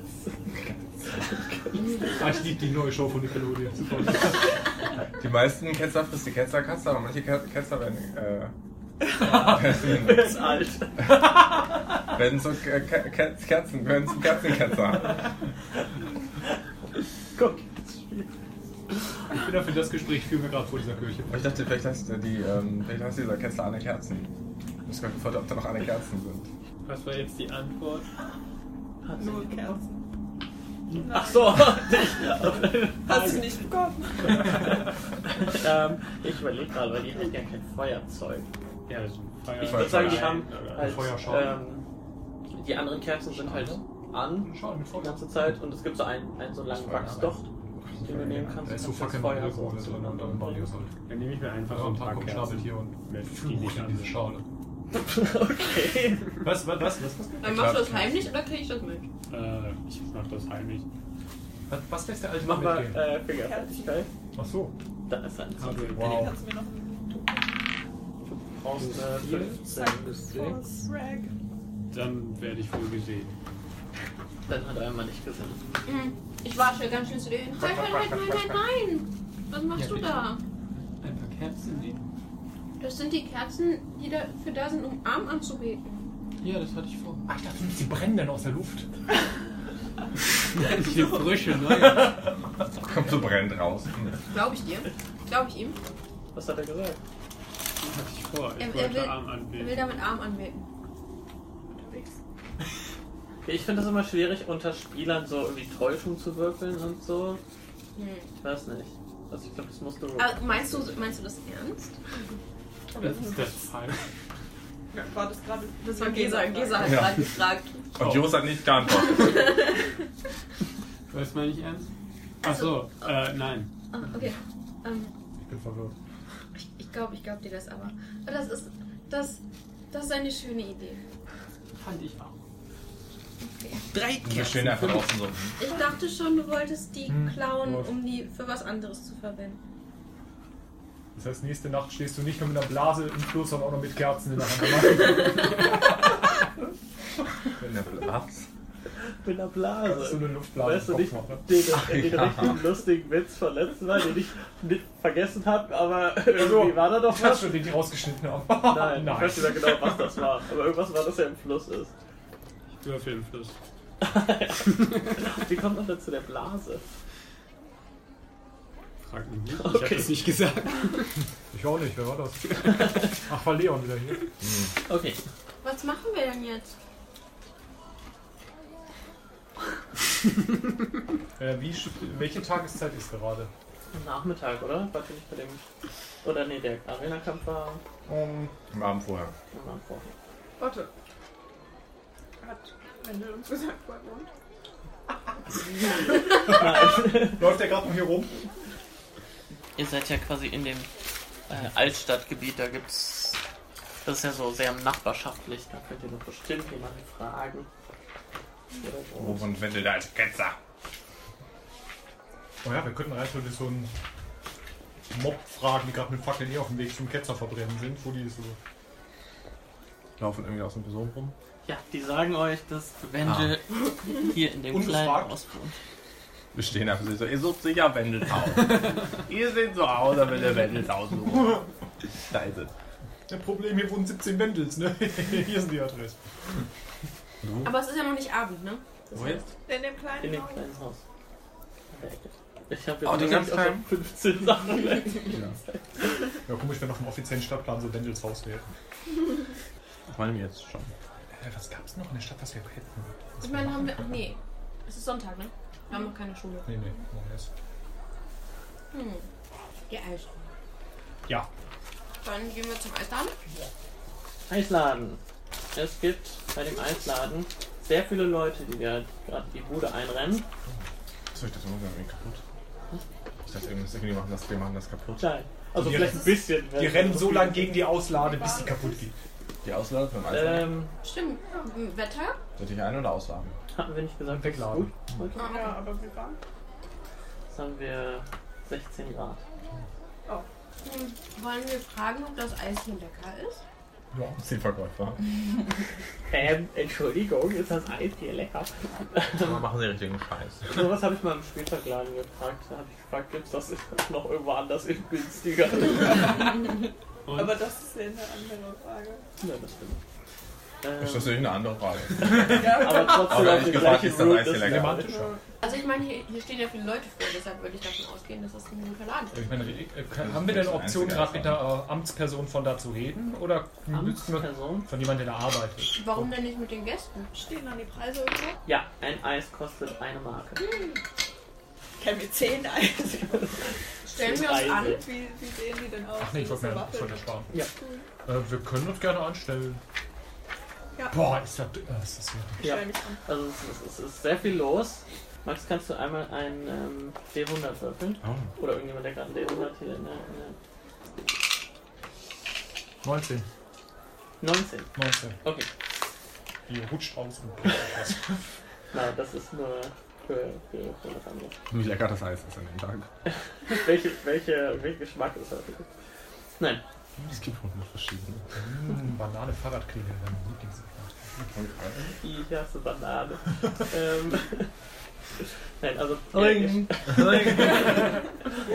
Ah, ich liebe die neue Show von Nickelodeon. Super.
Die meisten Ketzer frisst die Ketzer-Katze, aber manche Ke- Ketzer werden, äh,
Wer ist alt?
werden zu Ke Ke Kerzen, werden zu Kerzenketzer.
Guck, das Spiel.
Ich bin dafür das Gespräch, führen wir gerade vor dieser Kirche.
Aber Ich dachte, vielleicht heißt, der die, ähm, vielleicht heißt dieser Ketzer Anne Kerzen. Ich muss gerade gefragt, ob da noch Anne Kerzen sind.
Was war jetzt die Antwort?
Nur Kerzen.
Ach so, ich,
Hast du nicht bekommen?
ähm, ich überlege gerade, weil die haben ja kein Feuerzeug.
Ja, das ist ein also, Feuer.
Ich würde sagen, die
Feuer-
haben
oder-
halt,
Feuerschalen.
ähm, die anderen Kerzen sind halt an
Schade, mit
die
Feuer.
ganze Zeit und es gibt so einen, einen so langen Wachsdocht, den du nehmen kannst.
Da ist so
und kannst
fucking
das Feuer
Alkohol
so
drin und dann war die das halt.
Dann nehme ich mir einfach
Also
so ein
am Tag
paar
kommt Schnabeltier
Kerzen.
und
Wenn die
flucht
nicht
in diese
an-
Schale.
Okay.
Was, was, was, was, was?
Dann machst du das heimlich oder kriege ich das mit?
Äh, ich mach das heimlich.
Was, was lässt der alte
Mach
Mann
mal
mitgehen?
äh, Fingerfertigkeit.
Ach so. Ah,
Da ist ein Zombie.
Also,
Wow.
Kannst du mir noch
Du brauchst äh, 15 bis 6.
einen Rag?
Dann werde ich wohl gesehen.
Dann hat er einmal nicht gesehen.
Ich wasche ganz schön zu dir hin. Nein, nein, nein, nein, nein, nein! Was machst du da?
Ein paar Kerzen nehmen?
Das sind die Kerzen, die dafür da sind, um Arm anzubeten.
Ja, das hatte ich vor.
Ach, ich dachte, sie brennen dann aus der Luft.
Die Frösche, ne?
Kommt so brennend raus.
Glaube ich dir? Glaube ich ihm?
Was hat er gesagt?
hatte ich vor. Ich
Er, er,
wollte
will,
Arm
er
anbieten.
will damit Arm anbeten.
Ich finde das immer schwierig, unter Spielern so irgendwie Täuschung zu würfeln und so.
Hm.
Ich weiß nicht. Also ich glaube, das musst du.
Aber meinst du, meinst du das ernst?
Das ist das Fall.
War das gerade?
Das war Gesa. Gesa hat
Ja.
gerade gefragt.
Und Jos hat nicht geantwortet.
Weiß man nicht ernst? Ach so, äh, nein.
Ah, okay. Ähm,
Ich bin verwirrt.
ich ich glaube, ich glaube dir das aber. Aber Das ist, das, das ist eine schöne Idee.
Fand ich auch.
Drei
Wir stehen einfach draußen so.
Ich dachte schon, du wolltest die
Hm,
klauen,
gut.
um die für was anderes zu verwenden.
Das heißt, nächste Nacht stehst du nicht nur mit einer Blase im Flur, sondern auch noch mit Kerzen in der Hand.
In der Platz.
bin der
Das ist
Blase.
so eine Luftblase.
Weißt du nicht,
im Kopf ne? machen.
den, den
ja.
richtigen lustigen Witz von letzten Mal, den ich nicht vergessen habe, aber irgendwie war da doch
Also, Das
was.
schon, den die rausgeschnitten haben.
Nein, ich weiß nicht mehr genau, was das war. Aber irgendwas war, das ja im Fluss ist.
Ich würfel im Fluss.
Wie kommt man denn zu der Blase?
Frag mich nicht. Ich hab
Okay.
das nicht gesagt.
Ich auch nicht, wer war das? Ach, war Leon wieder hier.
Okay.
Was machen wir denn jetzt?
Äh, wie, sch- welche Tageszeit ist gerade?
Am Nachmittag, oder? Warte nicht bei dem. Oder nee, der Arena-Kampf war
Um,
Am Abend vorher.
am Abend vorher.
Warte. Hat Wendel uns gesagt, wo er wohnt?
läuft der gerade noch hier rum?
Ihr seid ja quasi in dem äh, Altstadtgebiet, da gibt's. Das ist ja so sehr nachbarschaftlich, da könnt ihr doch bestimmt jemanden fragen. Oder so.
Ruf und Windel da als Ketzer.
Oh ja, wir könnten rein theoretisch so einen Mob fragen, die gerade mit Fackeln eh auf dem Weg zum Ketzer verbrennen sind, wo die so.
Laufen irgendwie aus dem Person rum.
Ja, die sagen euch, dass Wendel hier in dem kleinen
Ungefragt.
Haus wohnt.
Wir stehen einfach so, ihr sucht sicher Wendelshausen. ihr seht so aus, als wenn ihr Wendelshausen sucht. Scheiße.
Das Problem, hier wohnen 17 Wendels, ne? hier sind die Adressen.
Aber es ist ja noch nicht Abend, ne? Das
Wo
heißt,
In dem kleinen
In dem
Haus.
kleinen Haus. An der Ecke. Ich habe jetzt
Oh, den ganz
wahrscheinlich auch
kleinen?
so 15 Sachen gleichzeitig.
Ja, komisch, wenn auf dem offiziellen Stadtplan so Wendels Haus wäre.
Das meinen wir jetzt schon.
Äh, was gab's noch in der Stadt, was wir hätten?
Ich meine, haben wir. Ach nee, es ist Sonntag, ne? Wir haben noch keine Schule.
Nee, oh, nee, morgen erst.
Hm. Ja, also.
Ja.
Dann gehen wir zum Eisladen.
Eisladen. Es gibt bei dem Eisladen sehr viele Leute, die gerade gerade die Bude einrennen.
Soll ich das machen? Irgendwie kaputt. Hm? Ich dachte, irgendwie, das- irgendwie machen das, wir machen das kaputt.
Klein. Also
Die
vielleicht ein bisschen.
Die rennen so lange gegen die Auslade, bis die kaputt geht.
Die Auslade beim Eis.
Ähm,
Stimmt. Im Wetter?
Sollte ich ein- oder ausladen?
hatten wir nicht gesagt, das ist
Wegladen.
gut heute?
Ah,
Ja, aber wir waren.
Jetzt haben wir 16 Grad.
Hm. Wollen wir fragen, ob das Eis hier lecker ist?
Ja. Sie verkäufbar.
Ähm, Entschuldigung, ist das Eis hier lecker?
Aber machen sie richtigen Scheiß.
So was habe ich mal im Spielverklagen gefragt. Da habe ich gefragt, gibt's das noch irgendwo anders in günstiger?
Aber das ist ja eine andere Frage.
Ja, das stimmt. Ähm,
Ist das nicht eine andere Frage?
aber trotzdem
Aber
auf
ich
den
gefragt,
gleichen
ist das
Route,
Eis hier
das
lecker?
war-
Äh,
Also ich meine, hier, hier stehen ja viele Leute vor, deshalb würde ich davon ausgehen, dass das ein guter Laden ist.
Ich meine, äh, haben wir denn Option, gerade mit einer äh, Amtsperson von da zu reden? Oder müssten wir
Amtsperson?
von jemandem, der da arbeitet?
Warum denn nicht mit den Gästen?
Stehen dann die Preise irgendwo?
Ja, ein Eis kostet eine Marke.
Kennen wir 10 Eis.
Stellen wir uns an.
Wie, wie sehen die denn aus?
Ach nee, ich wollte mir
Diese
ich
Waffeln?
wollte ersparen.
Ja.
Äh, wir können uns gerne anstellen.
Ja.
Boah, ist das, äh, ist das hier.
Ich stell mich an.
Also es ist, es ist sehr viel los. Max, kannst du einmal einen ähm, D100 würfeln?
Oh.
Oder irgendjemand, der gerade einen D100 hier in der, in der
19.
19.
19.
Okay.
Die rutscht aus und
Nein, das ist nur für, für, für das andere.
Wie lecker das Eis ist an dem Tag.
Welche, welche, welchen Geschmack ist das? Nein.
Es gibt auch noch verschiedene.
Hm,
Mm, Banane Fahrradkriege, mein Lieblingsfahrrad.
Ich hasse Banane. ähm, Nein, also
Ring.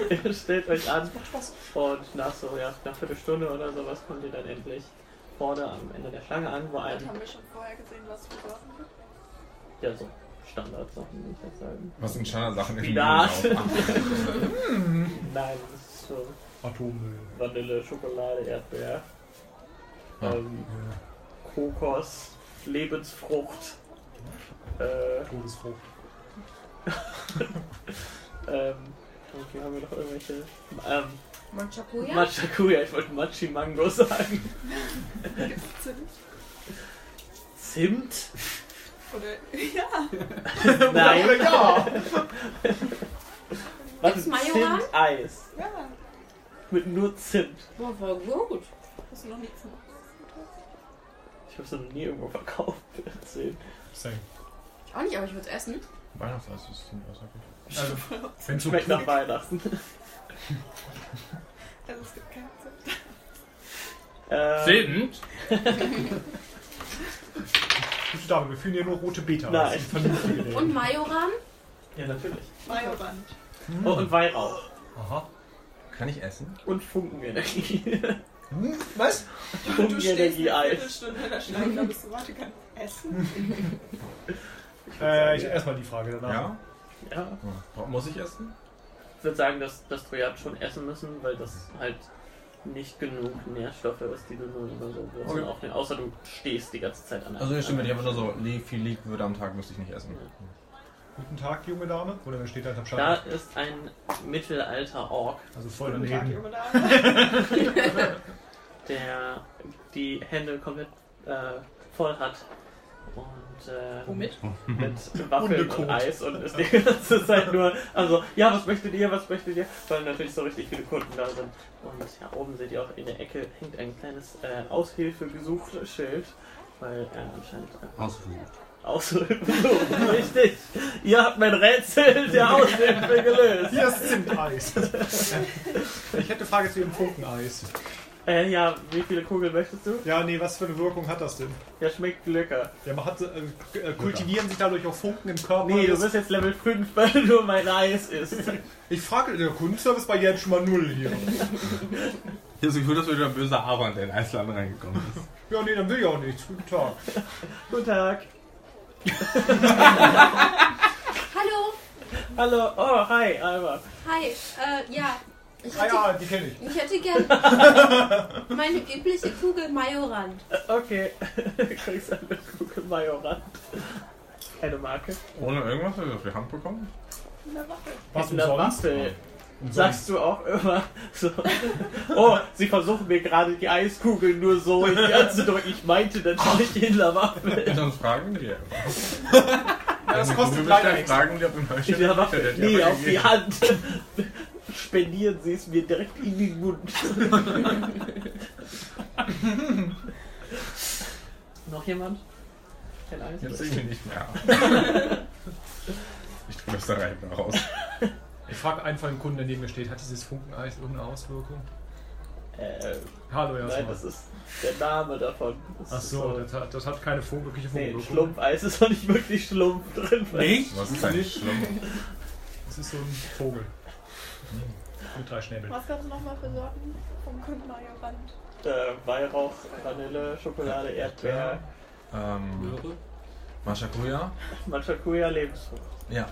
ihr, ihr stellt euch an und nach so ja, nach Viertelstunde oder sowas kommt ihr dann endlich vorne am Ende der Schlange an, wo
Das
ein
haben wir schon vorher gesehen, was für Waffen gibt.
ja so Standardsachen, würde ich jetzt sagen.
Was sind Standardsachen im
Spinat.
Menü auch?
Nein, das ist so
Atommüll.
Vanille, Schokolade, Erdbeer,
Ah,
ähm, Kokos, Lebensfrucht, äh,
Todesfrucht.
ähm, okay, haben wir noch irgendwelche ähm,
Manchakuya?
Machakuya, ich wollte Machi Mango sagen. Zimt?
Oder, ja,
Nein. Was ist
Gibt's Majoran?
Zimt-Eis?
ja.
Mit nur Zimt.
Boah, voll gut.
Hast du noch nichts gemacht?
Ich habe es noch nie irgendwo verkauft. Zimt.
Same.
Ich auch nicht, aber ich würde es essen.
Weihnachtseis ist ziemlich außergewöhnlich.
Also, wenn so
Schmeckt nach Weihnachten.
Also es gibt keinen Sinn.
Ähm,
Sind?
gute Dame, wir führen hier nur rote Beta.
Nein.
Das sind vernünftige Regeln.
Und Majoran?
Ja, natürlich.
Majorand.
Oh, und Weihrauch.
Aha.
Kann ich essen?
Und Funkenenergie.
Hm,
Was?
eine
Funkenenergie-Eis.
Viertelstunde in der Schlange, da bist du, warte, kann ich essen?
Äh, ich erstmal die Frage danach.
Ja.
Ja.
Ja. Hm. Muss ich essen?
Ich würde sagen, dass, dass du ja schon essen müssen, weil das halt nicht genug Nährstoffe ist, die du nur über so wirst.
Okay.
Aufnehmen, außer du stehst die ganze Zeit an einem-
Also ich stimme dir einfach nur so, li- viel liegt würde am Tag müsste ich nicht essen.
Guten Tag, junge Dame. Oder wer steht da am
Da
Schalter?
ist ein mittelalter Ork,
Also voll
Guten Tag,
daneben.
junge Dame.
der die Hände komplett äh, voll hat Und, äh,
Womit?
Mit Waffeln
Hundekot.
und Eis und ist die ganze Zeit nur, also, ja, was möchtet ihr, was möchtet ihr? Weil natürlich so richtig viele Kunden da sind. Und ja, oben seht ihr auch in der Ecke hängt ein kleines äh, Aushilfe-Gesucht-Schild, weil er anscheinend. Äh,
Ausgesucht.
Aushilfe gesucht, richtig. Ihr habt mein Rätsel der Aushilfe gelöst.
Hier ist Zimteis. Ich hätte eine Frage zu dem Funkeneis.
Äh, ja, wie viele Kugeln möchtest du?
Ja, nee, was für eine Wirkung hat das denn?
Ja, schmeckt lecker.
Ja, man hat, äh, k- äh, kultivieren sich dadurch auch Funken im Körper.
Nee, du
Das-
bist jetzt Level 5, weil du mein Eis isst.
Ich frage, der Kundenservice bei jetzt schon mal null hier.
Ich habe das Gefühl, dass wieder ein böser Aaron in Iceland reingekommen ist.
Ja, nee, dann will ich auch nichts. Guten Tag.
Guten Tag.
Hallo.
Hallo, oh, hi, Alba.
Hi. Äh, ja. Ich
Ah
hätte,
ja,
die kenne ich.
Ich hätte gern meine übliche Kugel Majorant.
Okay, kriegst eine Kugel Majorant. Eine Marke.
Ohne irgendwas, was wir auf die Hand bekommen?
Was
Was
mit der
umsonst?
Waffel?
Umsonst.
Sagst du auch immer so. Oh, sie versuchen mir gerade die Eiskugel nur so in die Hand zu drücken. Ich meinte natürlich in der Waffel.
Dann fragen die einfach.
Ja, das
Wenn
kostet
du mich
leider
dann
extra.
Fragen die, ob im
In der Waffel.
Häuschen-
Nee, auf die
gegeben.
Hand. Spendieren sie es mir direkt in den Mund. Noch jemand? Kein Eis?
Jetzt irgendwie nicht mehr. ich drücke das da rein und raus.
Ich frage einen von den Kunden, der neben mir steht, hat dieses Funkeneis irgendeine Auswirkung?
Äh,
Hallo, ja.
Nein, das ist der Name davon. Das
Ach
ist
so, das hat, das hat keine Funk, wirkliche
Nee,
Funkwirkung.
Schlumpfeis ist doch nicht wirklich Schlumpf drin.
Nicht?
Was ist eigentlich Schlumpf?
Das ist so ein Vogel. Hm, Mit drei Schnäbeln.
Was gab es nochmal für Sorten vom Kundenmajorant?
Äh, Weihrauch, Vanille, Schokolade, Erdbeer,
Ähm, Maschakuya?
Machakuya, Lebensmittel.
Ja.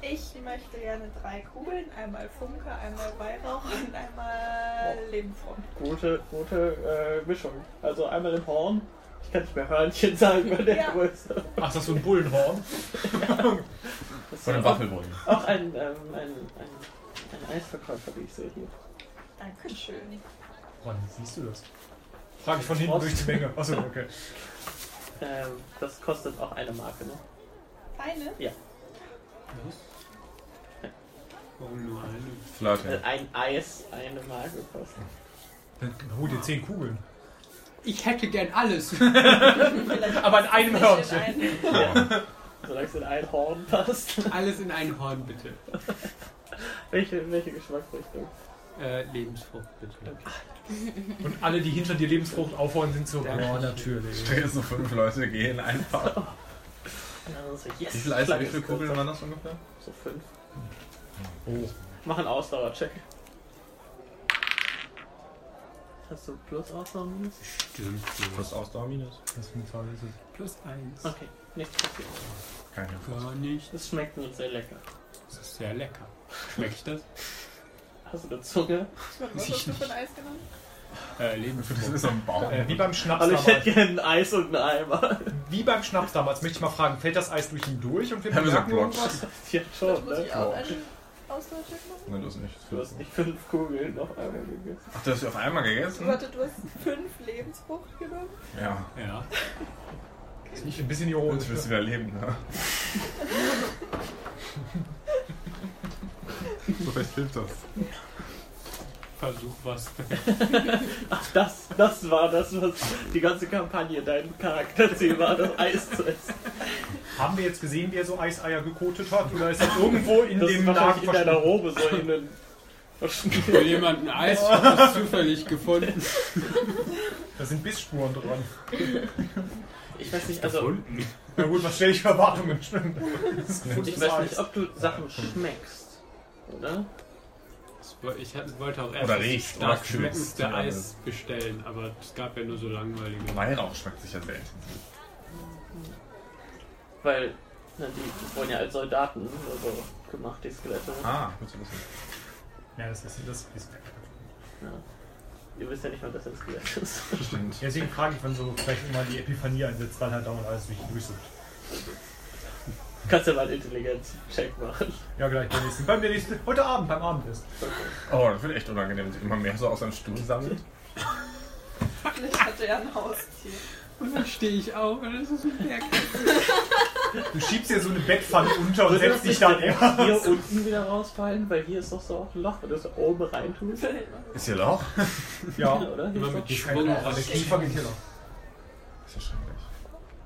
Ich möchte gerne drei Kugeln: einmal Funke, einmal Weihrauch und einmal Lebensraum.
Gute, gute äh, Mischung. Also einmal im Horn. Ich kann nicht mehr Hörnchen sagen, weil der
Ja.
größte.
Ach, das ist so ein Bullenhorn?
Von einem Waffelbullen.
Auch ein, ähm, ein, ein, ein Eisverkäufer, wie ich sehe hier.
Dankeschön.
Wann siehst du das? Frage ich von hinten durch die Menge. Achso, okay.
Ähm, das kostet auch eine Marke, ne?
Eine?
Ja.
Warum nur eine?
Flirten.
Äh, Ein Eis, eine Marke kostet.
Hol dir zehn Kugeln.
Ich hätte gern alles.
Aber in einem Hörnchen.
Ja. Solange es in Also ein Horn passt.
Alles in ein Horn, bitte.
Welche, welche Geschmacksrichtung?
Äh, Lebensfrucht, bitte.
Und alle, die hinter dir Lebensfrucht aufhören, sind so.
Dankeschön.
Ja, natürlich.
Stell dir so fünf Leute gehen einfach.
Also,
Wie
yes,
viel Eis,
Schlange
wie viele
ist
Kugeln
kürzer.
waren das ungefähr?
So fünf.
Oh.
Mach einen Ausdauercheck. Hast du plus Ausdauer minus?
Stimmt.
Plus Ausdauer minus.
Das ist ist es.
Plus eins.
Okay, nichts passiert.
Keine.
Gar nicht.
Das schmeckt nur sehr lecker.
Das ist sehr lecker. Schmeckt ich das?
Hast du eine Zunge?
Was hast du für ein Eis genommen?
Äh,
Das
Lebensfrucht.
ist am Baum.
Äh, wie beim Schnaps
Also ich
damals.
hätte gerne ein Eis und einen Eimer.
Wie beim Schnaps damals möchte ich mal fragen, fällt das Eis durch ihn durch und wir
Haben wir so
merken
Blocks?
irgendwas?
Ja, schon,
Muss
ne?
ich auch einen Austauschcheck machen?
Nein, das nicht.
Du hast nicht fünf Kugeln auf einmal gegessen.
Ach, das hast du auf einmal gegessen?
Warte, du hast fünf Lebensfrucht genommen?
Ja.
Ja.
Ist nicht ein bisschen ironisch.
Jetzt wirst du wieder leben, ne? Vielleicht hilft das.
Versuch was.
Ach, das, das war das, was die ganze Kampagne dein Charakterziel war, das Eis zu essen.
ne? Haben wir jetzt gesehen, wie er so Eiseier gekotet hat? Oder ist das irgendwo in
Das
dem
ist
Laden
wahrscheinlich in deiner
verschwunden?
Robe so in den...
Will jemand ein Eis? Ich hab das zufällig gefunden.
Da sind Bissspuren dran.
Ich weiß nicht, also...
Na gut, was stelle ich für Erwartungen? Stimmt. Das ist ein
Ich
gutes
weiß nicht,
Eis.
ob du Sachen schmeckst, ne? oder?
Ich hatte- wollte auch erst
Oder
das
riechst,
stark
oder kühlst,
schmeckendste
ja,
Eis bestellen, aber es gab ja nur so langweilige.
Weihrauch schmeckt sicher selten.
Weil na, die wurden ja als Soldaten also gemacht, die Skelette. ne?
Ah, gut zu wissen.
Ja, das ist, das ist
Ja. Ihr wisst ja nicht mal, dass das ein Skelett ist.
Stimmt.
Deswegen frage ich, wann so vielleicht immer die Epiphanie einsetzt, weil halt dauernd alles durch die Durchsucht.
Kannst ja mal einen Intelligenz-Check machen.
Ja, gleich beim nächsten. Beim nächsten. Heute Abend, beim Abendessen.
Oh, das wird echt unangenehm, sich immer mehr so aus seinem Stuhl sammelt.
Vielleicht hatte er ein Haustier.
Und dann stehe ich auf und dann ist es ein Berg.
Du schiebst dir so eine Bettpfanne unter und
Würde
setzt
das
dich
nicht
dann
hier
erst.
unten wieder rausfallen? Weil hier ist doch so auch ein Loch, wenn du es da oben reintust.
Ist hier Loch?
Ja,
Oder? Hier ist doch-
Schwung auf der Kiefer geht hier noch.
Ist ja schrecklich.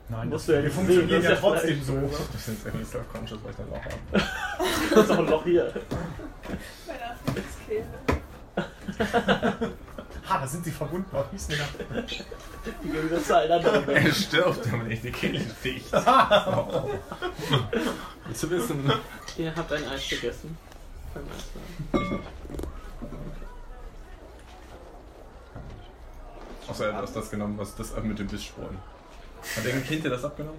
Nein,
Musst
das,
du ja
wir
nicht
funktionieren
sehen,
ja
das ist ja
trotzdem so.
Das ist irgendwie self-conscious, weil ich dann Loch habe.
Das ist auch ein Loch hier.
Meine Achilleskehle.
Ha, da sind sie verbunden. Oh, wie ist denn das?
Die gehen wieder zueinander.
Er stirbt, Dominik, die Kehle ist dicht.
Zu wissen.
Ihr habt ein Eis gegessen. Beim Eisladen.
Außer er hat erst das genommen, was das mit dem Bissspuren. Hat irgendein Kind dir das abgenommen?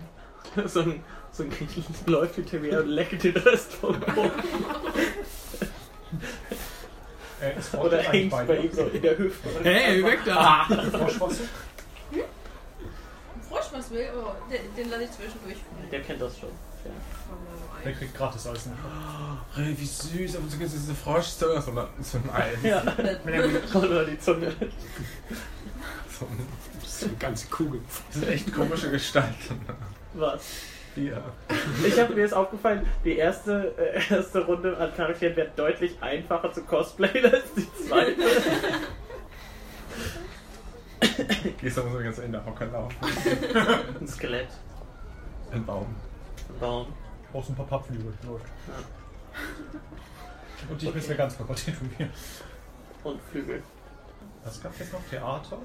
So ein, so ein Kind läuft hinter mir und leckt den Rest vom Boden.
Äh, ist
Oder
Fortschritt
hängt
eigentlich
bei ihm
bei
so in der Hüfte.
Hey, weg da!
Fortschritt?
Frosch was will, aber den, den lasse ich zwischendurch.
Der kennt das schon. Ja.
Der kriegt gratis alles in
Hey, wie süß, aber du kannst diese Frosch zu irgendwas oder zu einem Ei.
Ja, roll mal die Zunge.
So eine-
Das ist eine ganze Kugel.
Das sind echt komische Gestalten.
Was?
Ja.
Ich habe mir jetzt aufgefallen, die erste, äh, erste Runde an Charakteren wäre deutlich einfacher zu cosplayen als die zweite.
Gestern muss ich ganz in der Hocker laufen.
Ein Skelett,
Ein Baum.
ein Baum.
Brauchst ein paar Pappflügel. Läuft. Und ich müssen wir ganz verkauft tätowieren.
und Flügel.
Was gab jetzt noch? Theater?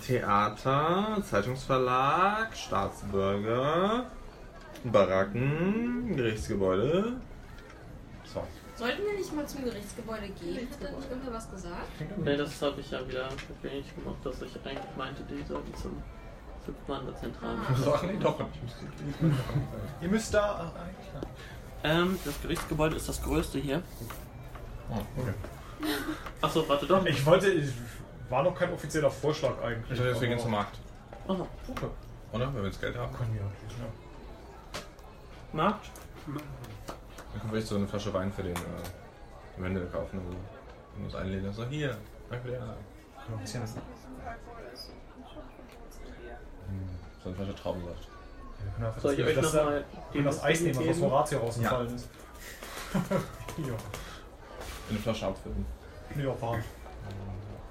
Theater, Zeitungsverlag, Staatsbürger, Baracken, Gerichtsgebäude. So.
Sollten wir nicht mal zum Gerichtsgebäude gehen? Hat da nicht irgendwer was gesagt?
Ne, das habe ich ja wieder wenig gemacht, dass ich eigentlich meinte, die sollten zum Fünfmann der Zentrale.
So, Also, ach nee, doch. Ich muss-
Ihr müsst da. Ah, eigentlich klar.
Ähm, das Gerichtsgebäude ist das größte hier.
Oh, okay.
Achso, warte doch.
Ich wollte. ich- War noch kein offizieller Vorschlag eigentlich.
Ich dachte, wir gehen
Aber-
zum Markt.
Oh,
Okay.
Oder? Wenn wir das Geld haben.
Können wir natürlich, ja.
Markt?
Dann können wir echt so eine Flasche Wein für den äh, Wendel kaufen. Also, wenn wir uns einlegen. So, hier. Danke dir.
Können wir ein bisschen-
Alkohol ist schon verboten hier.
So eine Flasche Traubensaft.
Wir können einfach
Soll ich euch
das, das,
nochmal
das, das Eis nehmen, was aus Horatio rausgefallen ist. ja.
In eine Flasche abfüllen.
Nee, auch warm.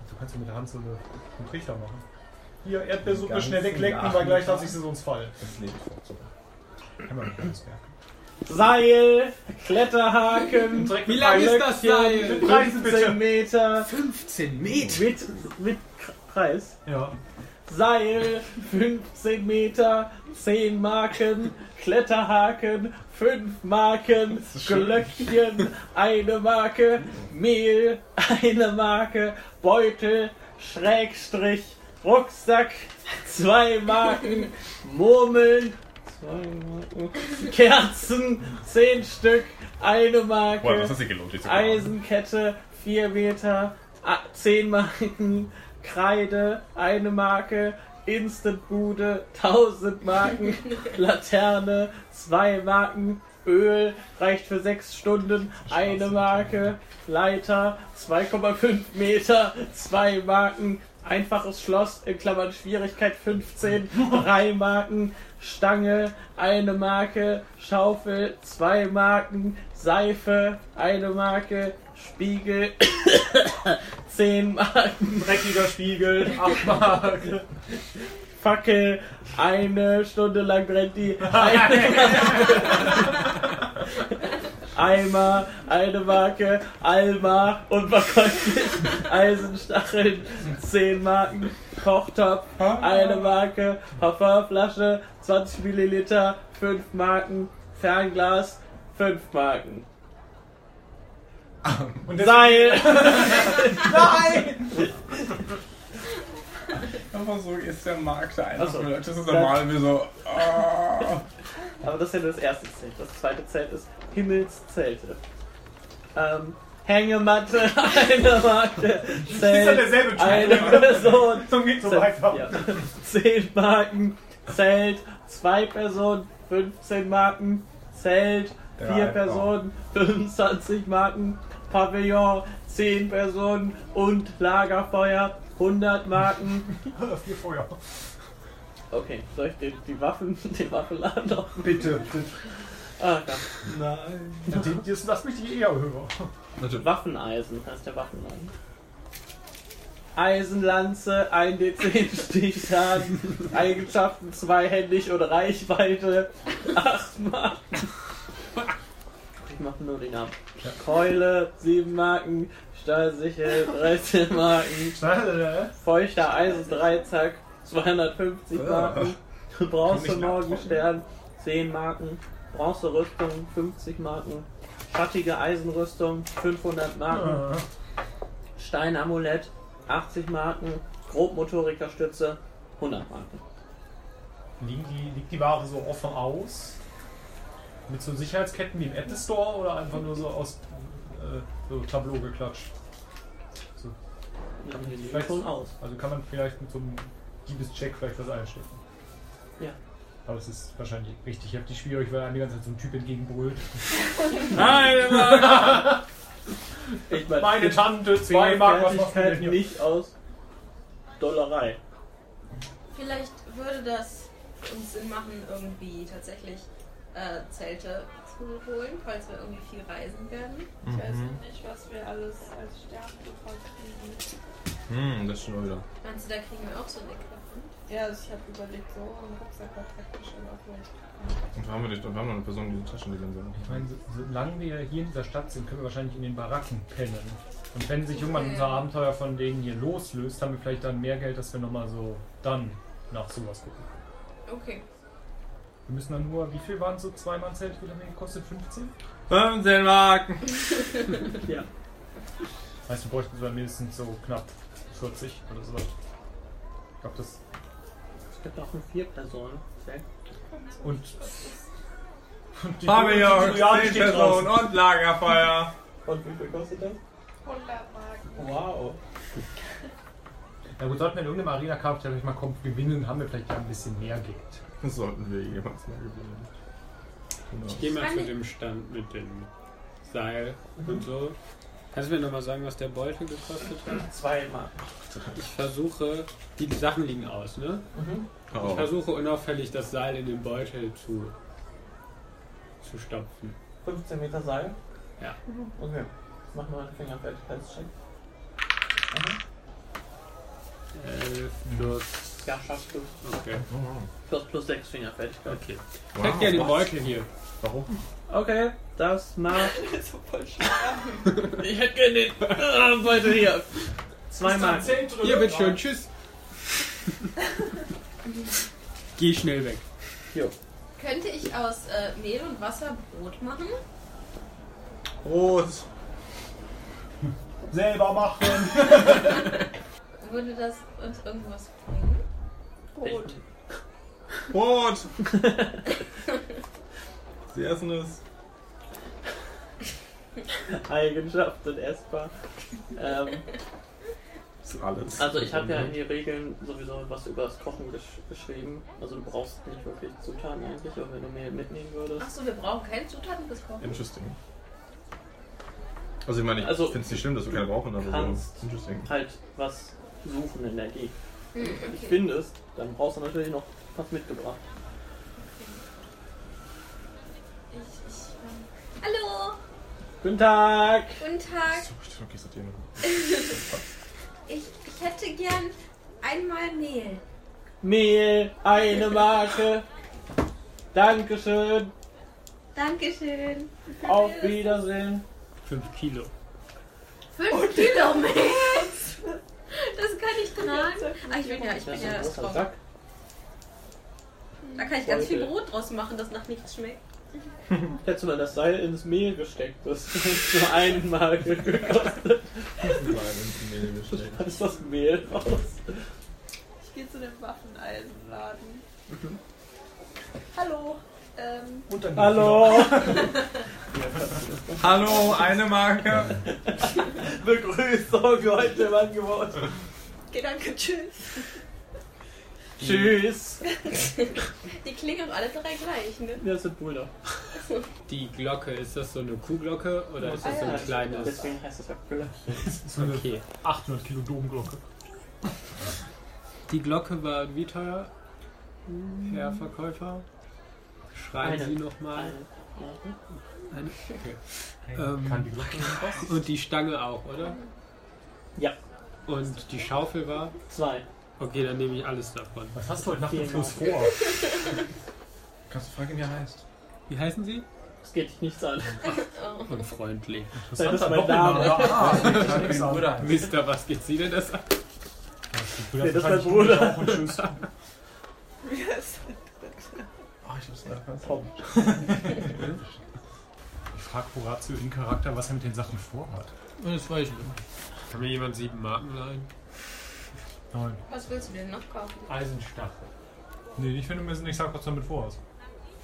Du kannst ja mit der Hand so eine, einen Trichter machen. Hier,
Den
Erdbeersuppe
ganzen
schnell weglecken, weil
Garten.
gleich lasse ich sie sonst fallen.
Das Leben vorzubereiten.
Kann man nicht ganz merken.
Seil, Kletterhaken,
Wie lang ist das Seil?
Löckchen, 15
bitte.
Meter
15 Meter!
mit, mit K- Preis.
Ja.
Seil, 15 Meter, 10 Marken, Kletterhaken, 5 Marken, Glöckchen, eine Marke, Mehl, eine Marke, Beutel, Schrägstrich, Rucksack, 2 Marken, Murmeln, zwei Marken, Kerzen, 10 Stück, eine Marke.
Boah, was hast du dir gelohnt? dich zu kaufen?
Eisenkette, 4 Meter, 10 Marken, Kreide, eine Marke, Instantbude, 1000 Marken, Laterne, 2 Marken, Öl, reicht für 6 Stunden, eine Marke, Leiter, 2,5 Meter, 2 Marken, einfaches Schloss, in Klammern Schwierigkeit 15, 3 Marken, Stange, eine Marke, Schaufel, zwei Marken, Seife, eine Marke, Spiegel, zehn Marken,
Dreckiger Spiegel, Abmark.
Fackel, eine Stunde lang brennt die, eine Eimer, eine Marke, Alma, unverkäuflich, Eisenstacheln, zehn Marken, Kochtopf, eine Marke, Hofferflasche, 20 Milliliter, fünf Marken, Fernglas, fünf Marken.
Und das-
Seil!
Aber so ist der Markt einfach.
Also,
Ach so.
Das ist normal, wir so. ah.
Aber das ist ja nur das erste Zelt. Das zweite Zelt ist Himmelszelte. Ähm, Hängematte, eine Marke,
ist ja
Zelt,
derselbe
eine Person,
So geht's so
Zelt,
weiter.
ja. 10 Marken, Zelt, 2 Personen, 15 Marken, Zelt, 4
Drei,
Personen, 25 Marken, Pavillon, 10 Personen und Lagerfeuer, 100 Marken.
Vier Feuer.
Okay, soll ich den, die Waffen, den Waffenladen auch?
Bitte, bitte.
Ah, Gott.
Nein. Den, jetzt lass mich die E eher höher.
Waffeneisen heißt der Waffenladen. Eisenlanze, 1d10 Stichschaden, Eigenschaften zweihändig oder Reichweite, 8 Marken. Ich mach nur den ab. Keule, 7 Marken, Stahlsichel, 13 Marken,
Äh,
feuchter Eisendreizack, 250 Marken, Bronze Morgenstern, 10 Marken, Bronze Rüstung, 50 Marken, schattige Eisenrüstung, 500 Marken,
äh.
Steinamulett, 80 Marken, Grobmotorikerstütze, 100 Marken.
Liegen die, liegt die Ware so offen aus? Mit so Sicherheitsketten wie im Apple Store oder einfach nur so aus äh, so Tableau geklatscht? So.
Ja,
Kann
die
man
sehen
vielleicht-
schon aus.
Also kann man vielleicht mit so einem Diebescheck vielleicht was einstecken.
Ja.
Aber das ist wahrscheinlich richtig heftig schwierig, weil einem die ganze Zeit so ein Typ entgegenbrüllt.
Nein, Mann! Ich meine,
Meine
ich-
Tante, zwei Mark, was macht denn
Fertigkeit
hier?
nicht aus Dollerei.
Vielleicht würde das uns Sinn machen, irgendwie tatsächlich äh, Zelte zu holen, falls wir irgendwie viel reisen werden.
Ich weiß
Mhm.
nicht, was wir alles als Sternenopfer kriegen.
Hm, das schon wieder.
Meinst du, da kriegen wir auch so ein Equipment?
Ja, also ich habe überlegt, so einen Rucksack war praktisch immer
Und wir haben wir nicht, und wir haben noch eine Person, die die Taschen gesehen
Ich
hat.
meine, so- solange wir hier in dieser Stadt sind, können wir wahrscheinlich in den Baracken pennen. Und wenn sich irgendwann unser Abenteuer von denen hier loslöst, haben wir vielleicht dann mehr Geld, dass wir nochmal so dann nach sowas gucken.
Okay.
Wir müssen dann nur, wie viel waren so zweimal Zelt, wie lange gekostet? 15?
15 Marken!
Ja.
Heißt, wir bräuchten sogar mindestens so knapp 40 oder sowas. Ich glaube, das.
Es gibt auch nur vier Personen. Okay.
Und. und die-
Pavillon,
die- ja, die
10
steht draußen.
Personen und Lagerfeuer.
Und wie viel kostet das?
100 Marken.
Wow.
Na gut, sollten wir in irgendeinem Arena-Kampf vielleicht mal kommen, gewinnen, haben wir vielleicht ja ein bisschen mehr Geld.
Das sollten wir jemals mal gewinnen. Genau.
Ich gehe mal zu dem Stand mit dem Seil und so. Kannst du mir nochmal sagen, was der Beutel gekostet hat?
Zweimal.
Ich versuche, die Sachen liegen aus, ne? Ich
Oh.
versuche unauffällig das Seil in den Beutel zu, zu stopfen.
15 Meter Seil.
Ja.
Okay. Ich mach mal einen Fingerfertigkeitscheck. Mhm.
11 plus.
Ja, schaffst du.
Okay.
Oh,
Du hast plus 6 Fingerfertigkeit.
okay. Ich hätte gerne den
Wow.
Beutel hier.
Okay, das macht.
Das ist so voll schwer.
ich hätte gerne den. Ah, Beutel hier. Zwei Marken.
Hier, bitteschön. Tschüss. Geh schnell weg.
Könnte ich aus äh, Mehl und Wasser Brot machen?
Rot.
Selber machen!
Würde das uns irgendwas bringen?
Brot.
Rot. Sie essen es.
Eigenschaft sind essbar. Ähm,
Das ist alles. Mhm.
also ich habe ja in die Regeln sowieso was über das Kochen gesch geschrieben. Also du brauchst nicht wirklich Zutaten eigentlich, aber wenn du Mehl mitnehmen würdest.
Achso, wir brauchen keine Zutaten fürs Kochen.
Interesting. Also ich meine, ich
Also,
finde es nicht schlimm, dass wir keine brauchen, aber
kannst-
so. Interesting.
Halt was suchen in der Gegend.
Hm,
Wenn du dich
okay.
findest, dann brauchst du natürlich noch was mitgebracht.
Ich, ich, ähm, Hallo!
Guten Tag!
Guten Tag!
So, ich denke, ich sollte hier noch-
Ich, ich hätte gern einmal Mehl.
Mehl, eine Marke. Dankeschön.
Dankeschön.
Auf Wiedersehen.
5 Kilo.
Fünf Kilo Mehl! Das kann ich tragen. Ah, ich bin ja, ich
Das
bin
ist ein
ja
großer
Strong.
Sack.
Da kann ich ganz viel Brot draus machen, das nach nichts schmeckt.
Hättest du mal das Seil ins Mehl gesteckt, das hätte nur eine Marke gekostet. Das ist das Mehl raus.
Ich gehe zu dem Waffeneisenladen. Hallo. Ähm,
Und dann
Hallo,
Hallo, eine Marke.
Begrüßung heute im Angebot.
okay, danke, tschüss.
Tschüss.
Die klingen auch alle drei gleich, ne?
Das sind Brüder.
Die Glocke, ist das so eine Kuhglocke oder ist das so
Ah,
ein
ja.
kleines?
Deswegen heißt es ja Brüder.
so eine
Okay.
800 Kilo Domglocke.
Die Glocke war wie teuer?
Hm.
Herr Verkäufer? Schreien
Eine.
Sie nochmal. Eine. Okay.
Kann
Ähm,
die Glocke was?
und die Stange auch, oder?
Ja.
Und die Schaufel war?
Zwei.
Okay, dann nehme ich alles davon.
Was hast du heute Nacht
Vielen
mit Fluss
Dank.
vor?
Kannst du fragen, wie er heißt?
Wie heißen Sie?
Es geht dich nichts an.
Unfreundlich.
Das ist
Santa
mein
Doppelname.
Name.
Ah, ich hab
Nix
den
an.
Bruder.
Mister, was geht Sie denn das an?
Nee, das ist mein Bruder.
Und tschüss.
Oh, ich hab's
Tom.
nachher.
Ich frag Horatio in Charakter, was er mit den Sachen vorhat.
Das weiß ich nicht.
Kann mir jemand sieben Marken leihen?
Nein.
Was willst du denn noch kaufen?
Eisenstachel.
Nee, nicht, wenn du mir nicht sagst, was du damit vorhast.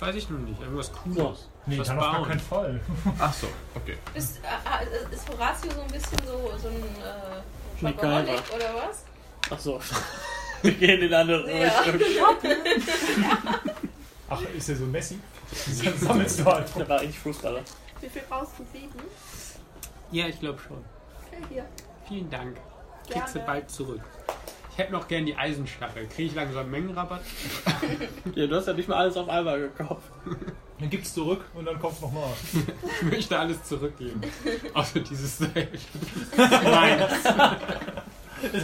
Weiß ich nun nicht. Irgendwas
So.
Cooles.
Nee,
Was
dann auf gar
bauen?
keinen Fall.
Ach so, okay.
Ist, ah, ah, ist Horatio so ein bisschen so, so ein äh,
MacGyver.
Shopaholic oder was?
Ach so. Wir gehen in eine andere
Ja.
Richtung.
Ach, ist er so Messi? Dann sammelst du halt.
Da war ich Fußballer.
Wie viel brauchst du? Sieben?
Ja, ich glaube schon.
Okay, hier.
Vielen Dank. Kriegst du
Gerne.
bald zurück. Ich hätte noch gern die Eisenstachel. Kriege ich langsam Mengenrabatt?
Ja, du hast ja nicht mal alles auf einmal gekauft.
Dann gibt's zurück und dann kommt nochmal.
Ich möchte alles zurückgeben. Außer dieses Seil. Nein.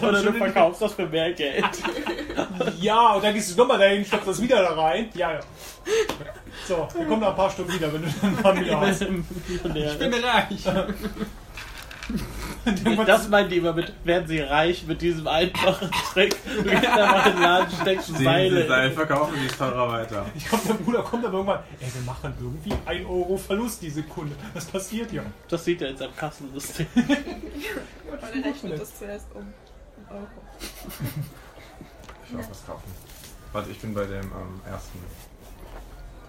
Oder du verkaufst das für mehr Geld.
Ja, und dann gehst du nochmal dahin, stopfst das wieder da rein. Ja, ja. So, wir kommen nach ein paar Stunden wieder, wenn du dann mal wieder hast.
Ich bin reich.
Das meint die immer mit, werden sie reich mit diesem einfachen Trick. Du gehst da mal in den Laden, steckst
Sehen Sie
Seile.
Seil, verkaufen Sie es teurer weiter.
Ich glaube, der Bruder kommt aber irgendwann. Ey, wir machen irgendwie 1 Euro Verlust die Sekunde. Das passiert ja.
Das sieht er in seinem Kassensystem.
Oder rechnet das zuerst um? In Euro.
Ich will auch was kaufen. Warte, ich bin bei dem ähm, ersten.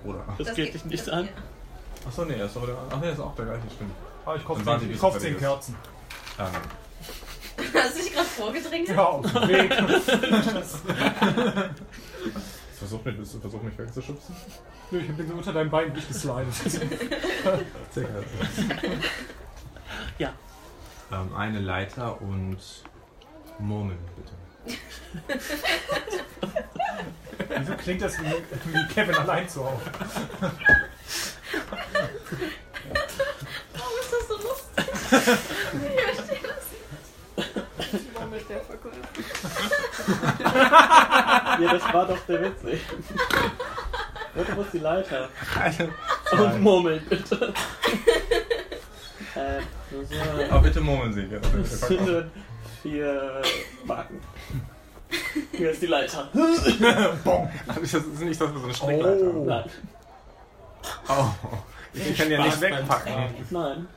Bruder.
Das,
Das
geht dich nicht an.
Achso, nee, er ist doch der. Ach nee, ist auch der gleiche, stimmt.
Ah,
Aber ich kaufe
Dann waren
10,
die
ich kauf
bisschen
10 Kerzen.
Ähm,
Hast du dich gerade vorgedrängt?
Ja, auf dem Weg.
versuch mich, bist du versuch mich wegzuschubsen?
Nö, Ich bin so unter deinem Bein durchgeslidet.
Sehr geil.
Ja.
Ähm, eine Leiter und Murmeln, bitte.
Wieso klingt das wie, wie Kevin allein zu Hause?
Warum ist das so lustig? ich verstehe das nicht.
Womit der verkauft?
Ja, das war doch der Witz. ey. Und du musst die Leiter. Und murmeln, bitte. äh,
Aber bitte murmeln Sie. Ja, bitte,
das
pack auf.
sind vier Marken. Hier ist die Leiter.
Hab ich das ist nicht das, was so eine Strickleiter haben.
Nein.
Oh. Ich kann ja nicht wegpacken.
Beim
Nein.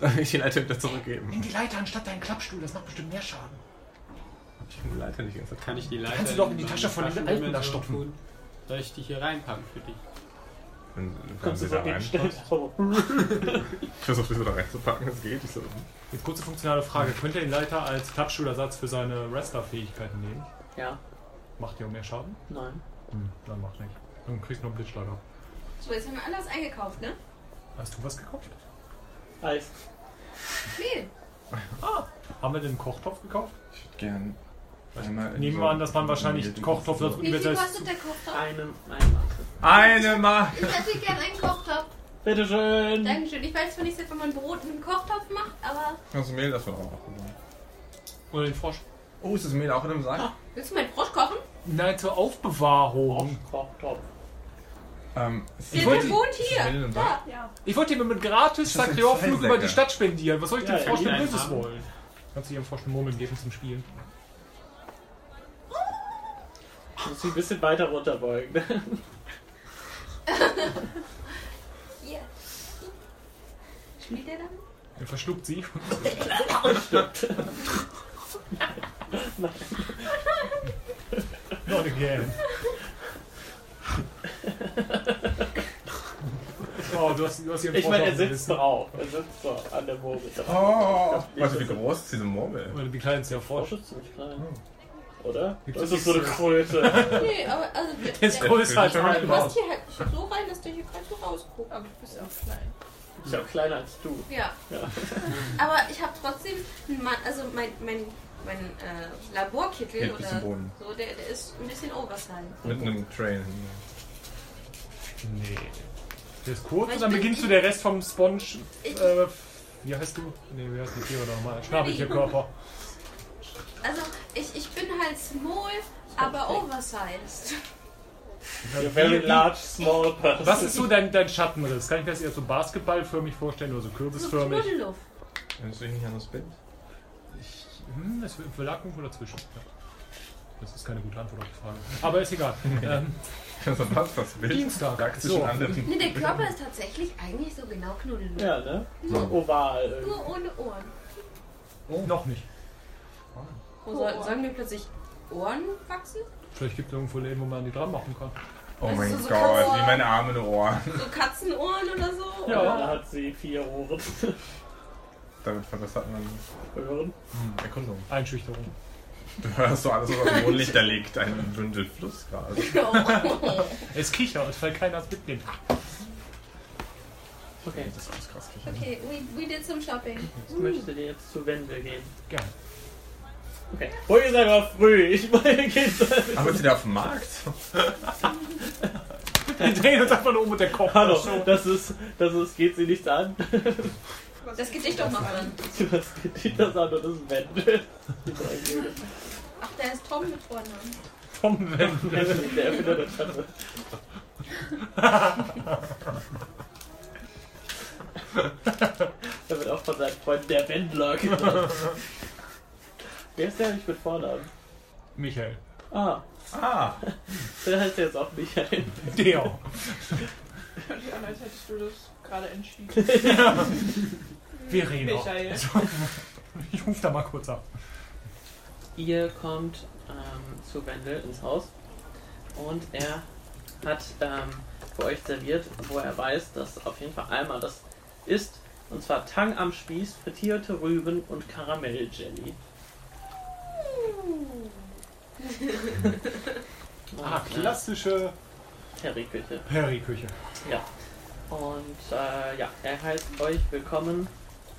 Soll Ich die Leiter wieder zurückgeben.
Nimm die Leiter anstatt deinen Klappstuhl, das macht bestimmt mehr Schaden.
Ich kann die Leiter nicht ganz
Kann ich die Leiter
Kannst du doch in die
meine
Tasche von den Alten da
Taschendimension
stopfen.
tun? Soll ich die hier reinpacken für dich?
Können
Kannst du
Sie da
so
rein?
hinstellen.
Ich versuche, diese da reinzupacken, das geht. Ich so,
Jetzt kurze funktionale Frage. Könnte er den Leiter als Klappschulersatz für seine Wrestler-Fähigkeiten nehmen?
Ja,
Macht der auch mehr Schaden?
nein.
Hm, dann macht nicht. Dann kriegst du noch einen Blitzschlag ab.
So, jetzt haben wir anders eingekauft, ne?
Hast du was gekauft?
Eis.
Mehl.
Haben wir den Kochtopf gekauft?
ich würde gern. einmal in
Also, Nehmen
so-
wir an, dass man wahrscheinlich
in-
Kochtopf als
Wie viel
universelles.
kostet der Kochtopf?
Eine, eine Marke.
Eine Marke!
Ich hätte gern einen Kochtopf.
Bitteschön.
Dankeschön. Ich weiß zwar nicht, ob man Brot mit einem Kochtopf macht, aber.
Kannst du Mehl davon auch machen?
Oder den Frosch?
Oh, ist das Mehl auch in dem Sack?
Willst du mein Brot kochen?
Nein, zur Aufbewahrung.
Kochtopf.
Ähm, ist
Wir
das
sind Brot hier.
Mehl
Da.
Ja.
Ich wollte ihm mit gratis
Das ist ein
Sakriorflug über die
Fellsäcker.
Stadt spendieren. Was soll ich
Ja,
dem
ja,
Frosch
ihn
denn Böses
einhaben.
wollen? Kannst du dir einen Frosch eine Murmel geben zum Spielen?
Du musst dich ein bisschen weiter runterbeugen.
Hier. Spielt der damit?
Er verschluckt sie.
Not again.
Oh, du hast, du hast ihren
Ich
Frosch
meine,
auf
er
dem
sitzt
Gewissen.
drauf. Er sitzt so an der Murmel drauf.
Oh, warte, wie groß ist diese Murmel?
Oder wie klein ist der Frosch?
Frosch ist ziemlich klein. Oder?
Gibt
Das
es
ist so eine
nicht
Kröte.
Nee, aber also. Der,
Der ist
der-
größer als
der-
mein
genau.
Du
Haus.
passt hier halt so rein, dass du hier gerade so rausguckst.
Aber du bist auch klein.
Ist ja auch kleiner als du.
Ja.
Ja.
Aber ich habe trotzdem, einen Mann, also mein, mein mein äh, Laborkittel
Geht bis
oder
zum Boden.
so, der, der ist ein bisschen oversized.
Mit einem Train.
Nee. Der ist kurz
Weil ich
und dann
bin-
beginnst du der Rest vom Sponge.
Ich-
Äh, wie heißt du? Nee, wie heißt die Tiere nochmal? Schnabeltierkörper.
Also ich, ich bin halt small, aber oversized.
You're a very large, small person.
Was ist so dein, dein Schattenriss? Kann ich mir das eher so basketballförmig vorstellen oder so
So
kürbisförmig?
Knuddelluft.
Kannst du dich nicht an das Bett?
Ich, hm, das verlag irgendwo dazwischen. Ja. Das ist keine gute Antwort auf die Frage. Aber ist egal. ähm,
Das passt das Bild.
Dienstag.
Zwischen
So.
anderen.
Nee, der Körper ist tatsächlich eigentlich so genau knuddelluft.
Ja, ne? So oval. irgendwie.
Nur ohne Ohren.
Noch nicht.
Wo soll, sollen mir plötzlich Ohren wachsen?
Vielleicht gibt es irgendwo Leben, wo man die dran machen kann.
Oh
Das
mein
ist so
Gott,
Ohren.
wie meine Arme in Ohren.
So Katzenohren oder so?
Ja.
Da hat sie vier Ohren.
Damit verbessert man
Ohren.
hm, Erkundung.
Einschüchterung.
Du hörst so alles, was auf dem Boden da liegt. Ein Bündel Flussgras.
Es kichert, weil keiner es mitnimmt.
Okay,
Das ist alles krass.
Okay, we, we did some shopping.
ich möchte dir jetzt zu Wendel gehen.
Gerne.
Okay. Heute ist einfach früh. Ich meine, geht's.
Arbeitet ihr auf dem Markt?
Wir drehen uns einfach nur um und der Kopf.
Hallo, das ist, das ist, geht sie nichts an.
Das Gedicht doch noch dran.
Das geht nicht das an und das ist Wendel. Die drei Juden.
Ach, da ist Tom mit Vornamen.
Tom Wendel.
Der ist der Erfinder der Stadt. Er wird auch von seinen Freunden der Wendler genannt. Wer ist der eigentlich mit Vornamen?
Michael.
Ah,
Ah,
der heißt jetzt auch Michael.
Der.
Ja, als hättest du das gerade entschieden.
Verena.
Michael.
Ich rufe da mal kurz ab.
Ihr kommt ähm, zu Wendel ins Haus und er hat ähm, für euch serviert, wo er weiß, dass auf jeden Fall einmal das ist. Und zwar Tang am Spieß, frittierte Rüben und Karamelljelly. Und,
Ah, klassische
äh, Terry-Küche.
Perry-Küche.
Und äh, ja, er heißt euch willkommen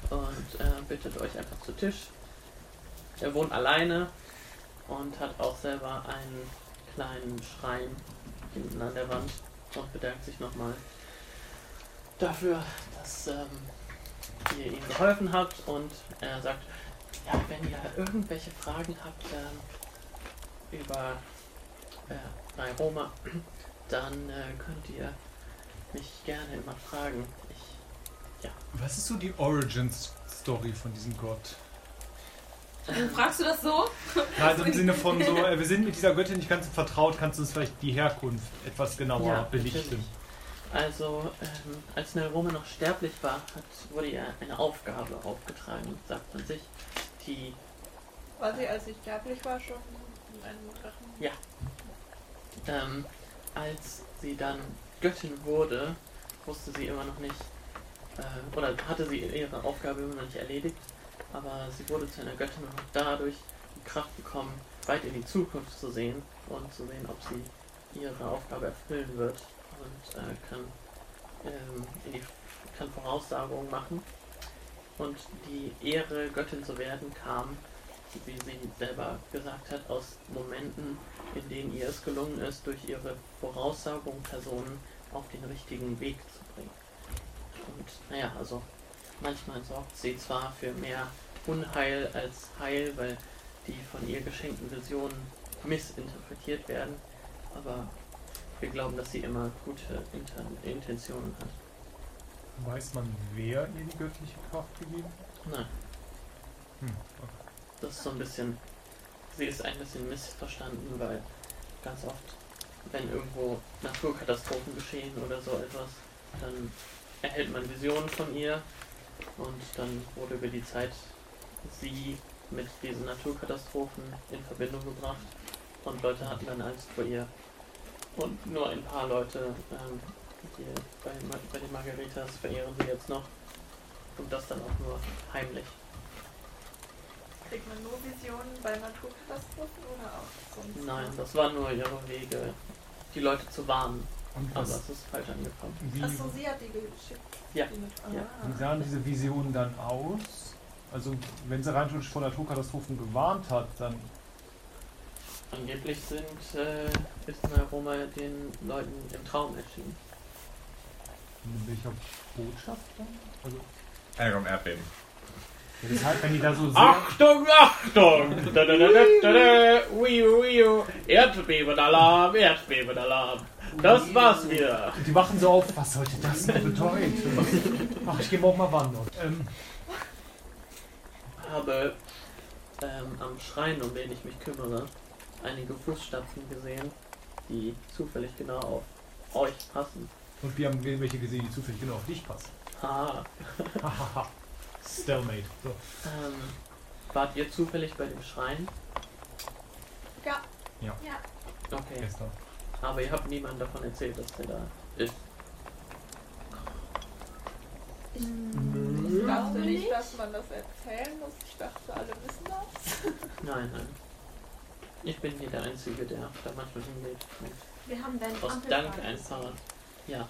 und äh, bittet euch einfach zu Tisch. Er wohnt alleine und hat auch selber einen kleinen Schrein hinten an der Wand und bedankt sich nochmal dafür, dass ähm, ihr ihm geholfen habt und er sagt, ja, wenn ihr irgendwelche Fragen habt ähm, über äh, Nairoma, dann äh, könnt ihr mich gerne immer fragen. Ich,
Was ist so die Origins-Story von diesem Gott?
Warum fragst du das so?
Na, Also im Sinne von so, äh, wir sind mit dieser Göttin nicht ganz so vertraut, kannst du uns vielleicht die Herkunft etwas genauer
Ja,
belichten?
natürlich. also, ähm, als Nerome noch sterblich war, hat, wurde ihr eine Aufgabe aufgetragen, sagt man sich, die
War sie, als ich sterblich war, schon in einem Drachen?
Ähm, als sie dann Göttin wurde, wusste sie immer noch nicht, äh, oder hatte sie ihre Aufgabe immer noch nicht erledigt, aber sie wurde zu einer Göttin und hat dadurch die Kraft bekommen, weit in die Zukunft zu sehen und zu sehen, ob sie ihre Aufgabe erfüllen wird und äh, kann, ähm, in die, kann Voraussagungen machen. Und die Ehre, Göttin zu werden, kam, wie sie selber gesagt hat, aus Momenten, in denen ihr es gelungen ist, durch ihre Voraussagung Personen auf den richtigen Weg zu bringen. Und naja, also manchmal sorgt sie zwar für mehr Unheil als Heil, weil die von ihr geschenkten Visionen missinterpretiert werden, aber wir glauben, dass sie immer gute Inter Intentionen hat.
Weiß man, wer ihr die göttliche Kraft gegeben hat?
Nein,
Hm.
das ist so ein bisschen, sie ist ein bisschen missverstanden, weil ganz oft, wenn irgendwo Naturkatastrophen geschehen oder so etwas, dann erhält man Visionen von ihr und dann wurde über die Zeit sie mit diesen Naturkatastrophen in Verbindung gebracht und Leute hatten dann Angst vor ihr. Und nur ein paar Leute, ähm, die bei, Ma- bei den Margaritas verehren sie jetzt noch und das dann auch nur heimlich.
Kriegt man nur Visionen bei Naturkatastrophen oder auch sonst?
Nein, das waren nur ihre Wege, die Leute zu warnen.
Und
Aber
was,
es ist falsch angekommen.
wie,
Achso, sie hat die geschickt.
Ja.
Die mit,
Ja.
Ah.
wie sahen diese Visionen dann aus? Also, wenn sie rein schon vor Naturkatastrophen gewarnt hat, dann.
Angeblich sind, äh, ist eine Aroma den Leuten im Traum erschienen.
In welcher Botschaft dann? Also,
Ärger um Erdbeben.
ja, deshalb, wenn die da so sehr.
Achtung, Achtung! Da, da, da, da, da, da. Ui, ui, ui. Erdbebenalarm, Erdbebenalarm. Das war's wieder.
Die wachen so auf, was sollte das denn bedeuten? Ach, ich gehe morgen mal wandern. Ähm,
Habe ähm, am Schrein, um den ich mich kümmere, einige Fußstapfen gesehen, die zufällig genau auf euch passen.
und wir haben welche gesehen, die zufällig genau auf dich passen.
Ha.
Hahaha. Stalemate. So.
Ähm, wart ihr zufällig bei dem Schrein?
Ja.
Ja.
ja.
Okay.
Gestern.
Aber ihr habt niemandem davon erzählt, dass der da ist.
Ich dachte nicht, dass man das erzählen muss. Ich dachte, alle wissen das.
Nein, nein. Ich bin hier der Einzige, der da manchmal hingeht. Und
Wir haben deinen
aus
Ampel
Dank einfach. Ja.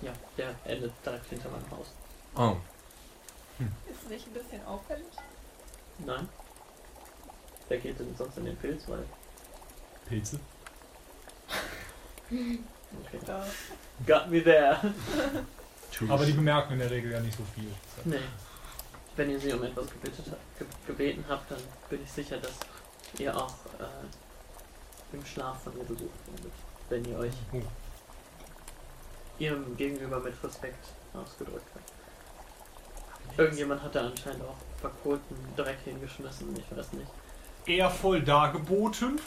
Ja, der endet direkt hinter meinem Haus.
Oh.
Ist nicht ein bisschen auffällig?
Nein. Wer geht denn sonst in den Pilzwald?
Pilze.
Okay.
Ja.
Got me there.
Aber die bemerken in der Regel ja nicht so viel.
Nee. Wenn ihr sie um etwas gebetet, ha- ge gebeten habt, dann bin ich sicher, dass ihr auch äh, im Schlaf von ihr besucht werdet, wenn ihr euch
Oh.
ihrem Gegenüber mit Respekt ausgedrückt habt. Irgendjemand hat da anscheinend auch verkohlten Dreck hingeschmissen, ich weiß nicht.
Ehrvoll dargeboten.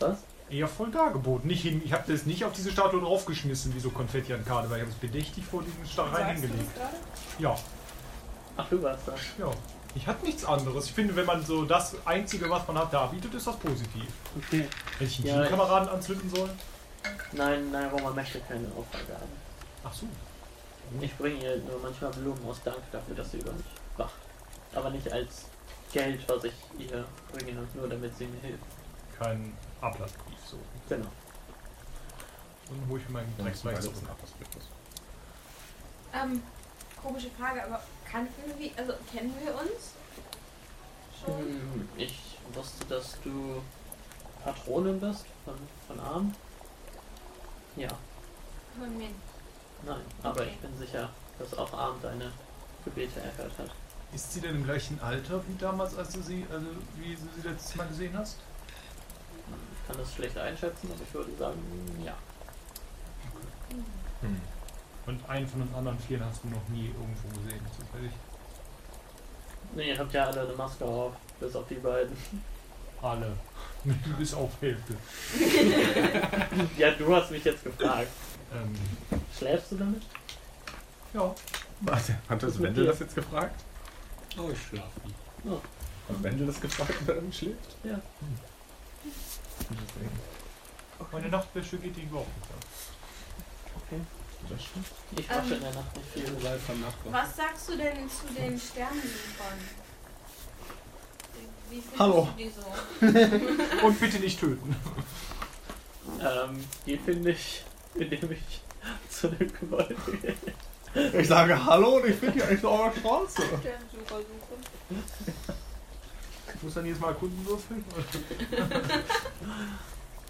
Was?
Eher voll dargeboten. Nicht hin, ich habe das nicht auf diese Statue draufgeschmissen, wie so Konfetti an Karte, weil ich habe es bedächtig vor diesen Stein
Sagst du
hingelegt.
das gerade?
Ja,
Ach, du warst da.
ja. Ich hatte nichts anderes. Ich finde, wenn man so das Einzige, was man hat, darbietet, ist das positiv.
Okay.
Hätte ich einen
Ja,
Teamkameraden anzünden sollen?
Nein, nein, Roma möchte keine Opfergaben.
Ach so.
Ich bringe ihr nur manchmal Blumen aus Dank dafür, dass sie über mich wacht. Aber nicht als Geld, was ich ihr bringe, nur damit sie mir hilft.
Kein Ablassbrief. So.
Genau.
Und hole ich mir meinen
Dann ist
Drecksbein
beides
zurück.
ein Ablassbildnis.
Ähm, komische Frage, aber kannten wir, also kennen wir uns? Schon?
Hm, Ich wusste, dass du Patronin bist von, von Arm. Ja,
Von mir.
nein, aber
Okay.
ich bin sicher, dass auch Arm deine Gebete erhört hat.
Ist sie denn im gleichen Alter wie damals, als du sie, also wie du sie letztes Mal gesehen hast?
Ich kann das schlecht einschätzen, aber ich würde sagen, ja.
Hm.
Und einen von den anderen vier hast du noch nie irgendwo gesehen, zufällig.
Nee, ihr habt ja alle eine Maske auf, bis auf die beiden.
Alle. Du bist auf Hälfte.
Ja, du hast mich jetzt gefragt.
Ähm,
Schläfst du damit?
ja.
Warte, hat das
ist mit
Wendel
dir?
das jetzt gefragt?
Oh, ich schlafe nicht.
Hat Wendel das gefragt, wenn er schläft?
Ja.
Hm. Deswegen.
Meine Nachtwäsche geht dir überhaupt nicht an.
Das stimmt.
Ich wasche
Ähm.
in der Nacht nicht
Ihr
viel.
seid vom Nachbarn.
Was sagst du denn zu den Sternenliebern? Wie findest
Hallo.
du die so?
Und bitte nicht töten.
Ähm, die finde ich, indem ich zu dem Gebäude gehe.
Ich sage Hallo und ich finde die eigentlich so auf der Straße.
Sternsucher suchen.
Ich muss dann jedes Mal Kunden würfeln.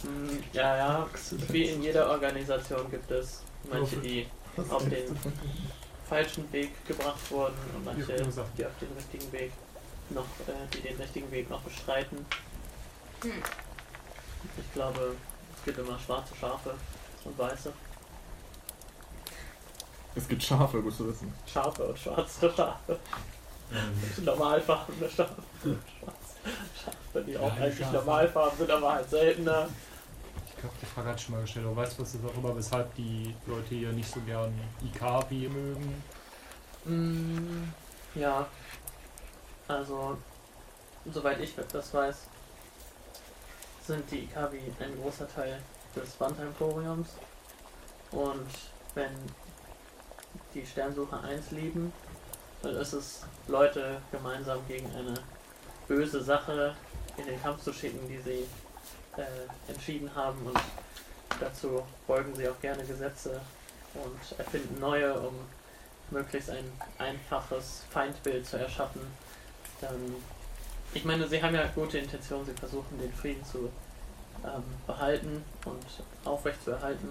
Hm, Ja, ja, wie in jeder Organisation gibt es manche, die auf den falschen Weg gebracht wurden und manche,
Ja, Sache.
die auf den richtigen Weg noch, äh, die den richtigen Weg noch beschreiten.
Hm.
Ich glaube, es gibt immer schwarze Schafe und weiße.
Es gibt Schafe, gut zu wissen.
Schafe und schwarze Schafe.
Mhm.
Normalfarbene Schafe. Schwarze Schafe, die auch
Kleine
eigentlich
Schafe.
normalfarben sind, aber halt seltener.
Ich glaube, die Frage hat schon mal gestellt. Aber weißt du was darüber, weshalb die Leute hier nicht so gern Ikari mögen?
Mm, ja. Also, soweit ich das weiß, sind die Ikabi ein großer Teil des Wandheimkoriums. Und wenn die Sternsucher eins lieben, dann ist es, Leute gemeinsam gegen eine böse Sache in den Kampf zu schicken, die sie äh, entschieden haben. Und dazu beugen sie auch gerne Gesetze und erfinden neue, um möglichst ein einfaches Feindbild zu erschaffen, Dann, ich meine, sie haben ja gute Intentionen, sie versuchen den Frieden zu ähm, behalten und aufrechtzuerhalten.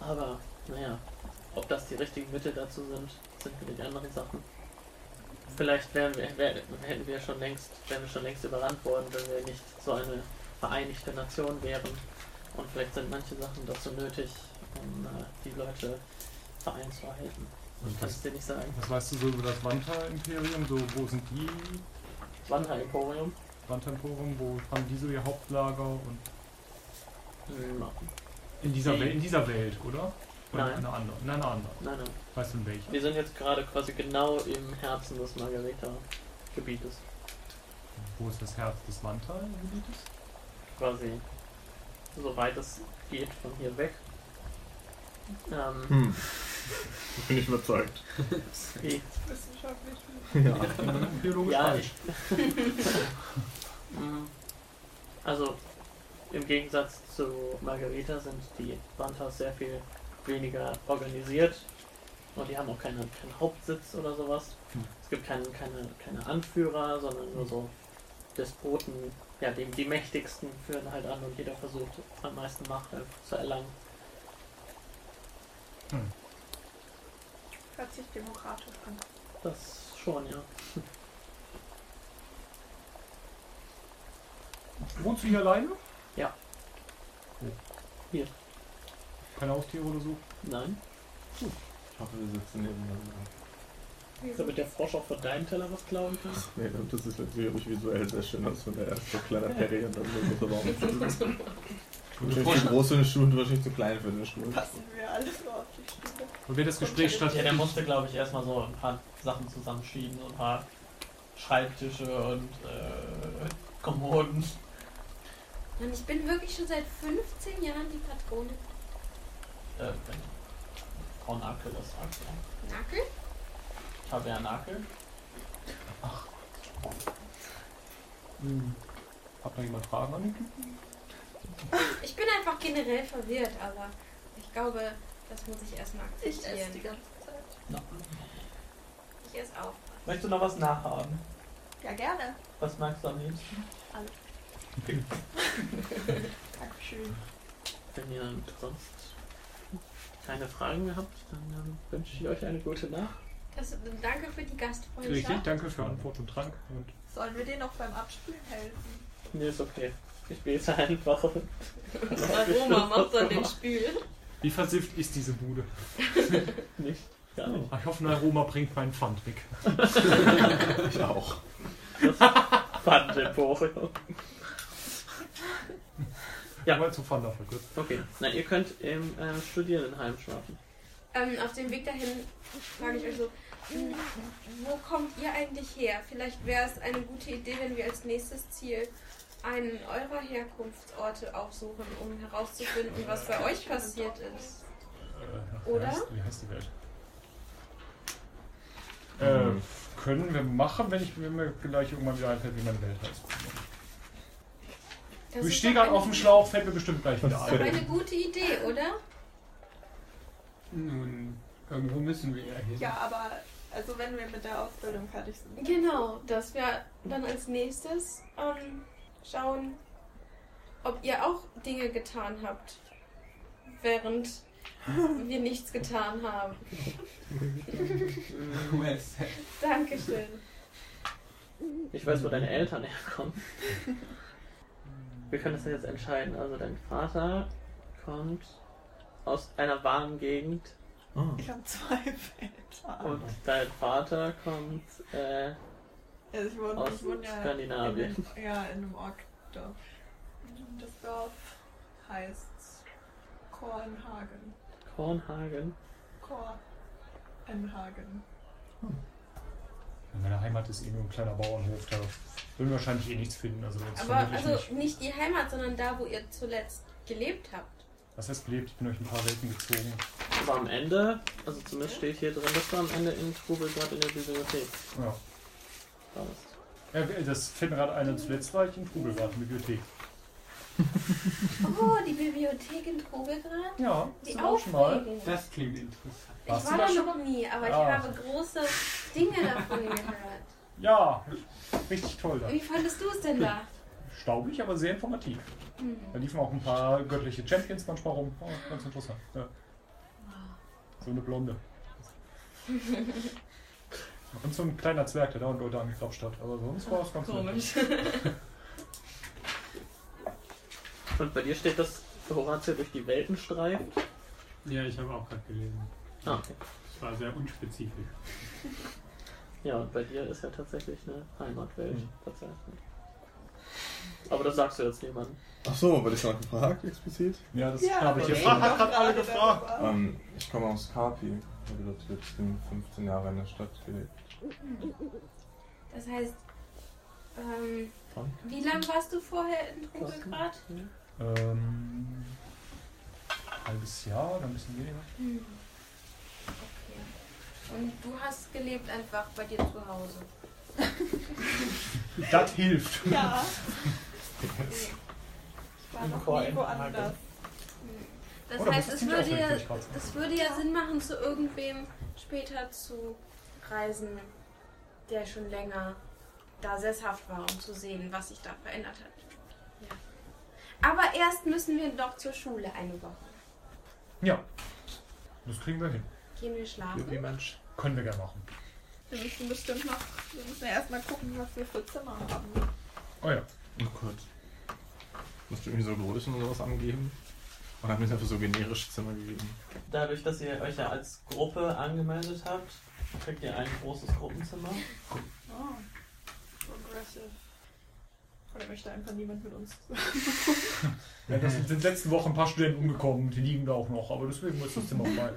Aber, naja, ob das die richtigen Mittel dazu sind, sind für die anderen Sachen. Vielleicht wären wir, wär, hätten wir schon längst, wären wir schon längst überrannt worden, wenn wir nicht so eine vereinigte Nation wären. Und vielleicht sind manche Sachen dazu nötig, um äh, die Leute vereint zu halten.
Und
Ich kann
das-
es dir nicht sagen.
Was weißt du so über das Wanta-Imperium? So, wo sind die?
Wanda Emporium.
Wanta-Emporium, wo haben die so ihr Hauptlager? Und
Hm,
in, dieser
Nee.
Welt, in dieser Welt, oder? Oder
Nein.
in einer anderen? In einer anderen.
Nein, nein.
Weißt du in welcher?
Wir sind jetzt gerade quasi genau im Herzen des Margareta-Gebietes.
Wo ist das Herz des Wanta-Gebietes?
Quasi soweit es geht von hier weg. Ähm,
Hm. Ich bin nicht überzeugt.
wie-
Wissenschaftlich.
Ja.
Biologisch
Ja,
falsch.
ich. Mm. also, im Gegensatz zu Margarita sind die Bantas sehr viel weniger organisiert und die haben auch keine, keinen Hauptsitz oder sowas.
Hm.
Es gibt keinen, keine, keine Anführer, sondern nur so Despoten, ja, die, die Mächtigsten führen halt an und jeder versucht am meisten Macht einfach zu erlangen.
Hört sich demokratisch an.
Das schon, ja.
Wohnst du hier alleine?
Ja.
Cool.
Hier.
Keine Haustiere oder so?
Nein.
Ich hoffe, wir sitzen nebeneinander.
Damit der Frosch auch von deinem Teller was klauen kann.
Nee, und das ist natürlich visuell sehr schön aus, wenn der erst so kleiner Perry und dann so großer Baum. Wahrscheinlich die große Schuhe und wahrscheinlich zu klein für eine Schuhe.
Passen wir alles nur auf die Spiele.
Und wird das Gespräch statt.
Ja, der musste, glaube ich, erstmal so ein paar Sachen zusammenschieben, so ein paar Schreibtische und äh, Kommoden.
Und ich bin wirklich schon seit 15 Jahren die Patrone.
Äh, Frau Nakel, das sagt ja.
Nackel?
Taverne Nakel.
Hm. Hat noch jemand Fragen an dich?
Ich bin einfach generell verwirrt, aber ich glaube, das muss ich erstmal
Ich esse die
akzeptieren.
ganze Zeit.
Ich esse auch.
Möchtest du noch was nachhaben?
Ja, gerne.
Was magst du am liebsten?
Dankeschön.
Wenn ihr sonst keine Fragen mehr habt, dann ähm, wünsche ich euch eine gute Nacht.
Das, danke für die
Richtig,
Gastfreundschaft.
danke für Antwort und Trank. Und
Sollen wir denen auch beim Abspülen helfen?
Nee, ist okay. Ich bete einfach.
Oma macht dann den Spiel.
wie versifft ist diese Bude?
Nicht. Gar nicht.
Ich hoffe, Naroma bringt meinen Pfand weg.
Ich auch.
Pfandemporium. Ja.
Mal zu Pfand dafür, gut.
Okay. Na, ihr könnt im äh, Studierendenheim schlafen.
Ähm, auf dem Weg dahin frage ich euch so, "Hm, wo kommt ihr eigentlich her? Vielleicht wäre es eine gute Idee, wenn wir als nächstes Ziel einen eurer Herkunftsorte aufsuchen, um herauszufinden, was bei euch passiert ist. Oder?
Wie heißt, wie heißt die Welt?
Äh, können wir machen, wenn ich wenn mir gleich irgendwann wieder einfällt, wie meine Welt heißt.
Das
ich
ist
stehe
doch
gerade
eine-
auf dem Schlauch, fällt mir bestimmt gleich wieder
doch
ein.
Eine gute Idee, oder?
Nun, irgendwo müssen wir ja hin.
Ja, aber also wenn wir mit der Ausbildung fertig sind.
Genau, dass wir dann als nächstes ähm, schauen, ob ihr auch Dinge getan habt, während wir nichts getan haben. Dankeschön.
Ich weiß, wo deine Eltern herkommen. Wir können das jetzt entscheiden. Also dein Vater kommt aus einer warmen Gegend
Ah.
Ich habe zwei Väter.
und dein Vater kommt äh,
Also ich wohne,
aus
ich wohne ja
Skandinavien.
In einem, ja, in einem Orkdorf. Das Dorf heißt Kornhagen.
Kornhagen.
Kornhagen.
Meine Heimat ist eh nur ein kleiner Bauernhof, da würden wir wahrscheinlich eh nichts finden. Also das
Aber
vermutlich
also
nicht.
nicht die Heimat, sondern da, wo ihr zuletzt gelebt habt.
Was heißt gelebt? Ich bin euch ein paar Welten gezogen.
Aber am Ende, also zumindest steht hier drin, dass du am Ende in Trubelgrad in der Bibliothek
Ja.
warst.
Ja, das fällt mir gerade ein, zuletzt war ich in Trubelwart, in der Bibliothek.
Oh, die Bibliothek in Trubelgrad.
Ja,
Die
sind wir auch schon mal.
aufregend.
Das klingt interessant.
Ich
Warst
war
du da
da noch nie, aber ich
Ah.
habe große Dinge davon gehört.
Ja, richtig toll da.
Wie fandest du es denn da?
Staubig, aber sehr informativ.
Hm.
Da liefen auch ein paar göttliche Champions manchmal rum. Oh, ganz interessant. Ja. So eine Blonde. Und so ein kleiner Zwerg, der da und dort angeklopft hat. Aber sonst war es ganz
Komisch.
Und bei dir steht, dass Horatio durch die Welten streift.
Ja, ich habe auch gerade gelesen.
Ah, okay.
Es war sehr unspezifisch.
Ja, und bei dir ist ja tatsächlich eine Heimatwelt. Tatsächlich. Aber das sagst du jetzt niemandem.
Ach so, wurde ich noch gefragt explizit?
Ja, das
Ja,
habe ich
wir
jetzt.
reden
Ah,
doch
hat alle
gerade
gefragt.
darüber.
Ähm, ich komme aus Kapi. Ich habe dort die letzten 15 Jahre in der Stadt gelebt.
Das heißt, ähm,
Von?
wie lange warst du vorher in Trubelgrad?
Ähm, halbes Jahr oder ein bisschen weniger.
Hm. Okay. Und du hast gelebt einfach bei dir zu Hause.
Das hilft.
Ja. Ich war noch nie woanders.
Das
Oh, da
heißt,
bist
es
du ziemlich
würde, ja,
aufgeregt, würde ich gerade
es würde ja Sinn machen, zu irgendwem später zu reisen, der schon länger da sesshaft war, um zu sehen, was sich da verändert hat. Ja. Aber erst müssen wir doch zur Schule eine Woche.
Ja. Das kriegen wir hin.
Gehen wir schlafen?
Mensch.
Können wir gerne machen.
Wir müssen bestimmt noch, wir müssen ja erstmal gucken, was wir für Zimmer haben.
Oh ja.
Oh Gott. Musst du irgendwie so Lodischen oder sowas angeben? Und haben mir einfach so generische Zimmer gegeben.
Dadurch, dass ihr euch ja als Gruppe angemeldet habt, kriegt ihr ein großes Gruppenzimmer.
Oh. Progressive. Oder möchte einfach niemand mit uns
Ja, das sind in den letzten Wochen ein paar Studenten umgekommen, die liegen da auch noch, aber deswegen ist das Zimmer frei.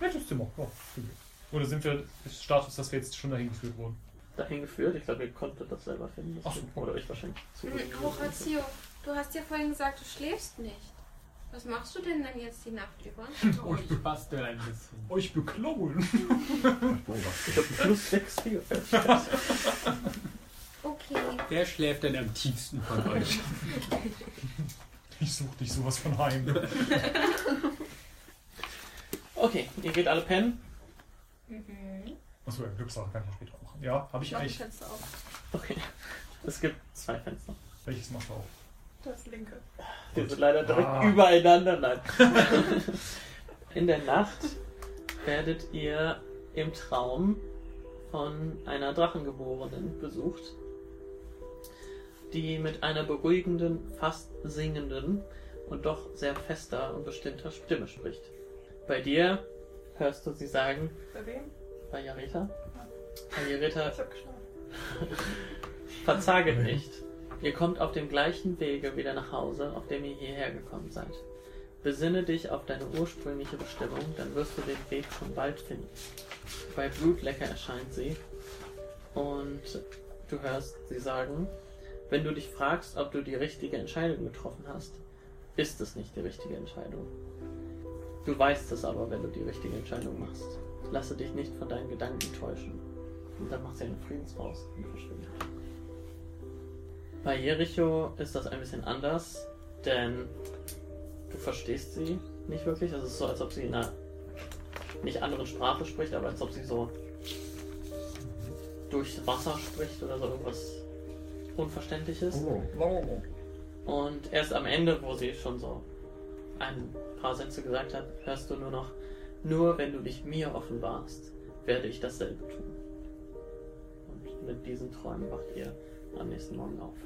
Nettes Zimmer, ja. stimmt. Oder sind wir ist Status, dass wir jetzt schon dahin geführt wurden?
Dahin geführt. Ich glaube, ihr konntet das selber finden.
Ach so.
Oder euch wahrscheinlich zu.
Hm, Horatio, du hast ja vorhin gesagt, du schläfst nicht. Was machst du denn dann jetzt die Nacht über?
Oh, ich bastel ein bisschen.
Euch beklauen.
Ich habe plus 6, 4.
Okay.
Wer schläft denn am tiefsten von euch?
Ich such dich sowas von heim.
Okay, ihr geht alle pennen.
Mhm.
Achso, ja, Glückssache kann ich später auch machen. Ja, habe ich
Mach die
eigentlich.
Fenster auf.
Okay. Es gibt zwei Fenster.
Welches machst du auf?
Das linke.
Die sind leider direkt
Ah.
übereinander. Nein. In der Nacht werdet ihr im Traum von einer Drachengeborenen besucht, die mit einer beruhigenden, fast singenden und doch sehr fester und bestimmter Stimme spricht. Bei dir hörst du sie sagen,
Bei wem?
bei Jareta, bei Jareta,
Ich hab geschlafen.
Verzage nicht. Ihr kommt auf dem gleichen Wege wieder nach Hause, auf dem ihr hierher gekommen seid. Besinne dich auf deine ursprüngliche Bestimmung, dann wirst du den Weg schon bald finden. Bei Blutlecker erscheint sie und du hörst sie sagen, wenn du dich fragst, ob du die richtige Entscheidung getroffen hast, ist es nicht die richtige Entscheidung. Du weißt es aber, wenn du die richtige Entscheidung machst. Lasse dich nicht von deinen Gedanken täuschen. Und dann macht sie einen Friedensfaust und verschwindet. Bei Jericho ist das ein bisschen anders, denn du verstehst sie nicht wirklich. Also Es ist so, als ob sie in einer nicht anderen Sprache spricht, aber als ob sie so durch Wasser spricht oder so irgendwas Unverständliches. Und erst am Ende, wo sie schon so ein paar Sätze gesagt hat, hörst du nur noch, nur wenn du dich mir offenbarst, werde ich dasselbe tun. Und mit diesen Träumen wacht ihr am nächsten Morgen auf.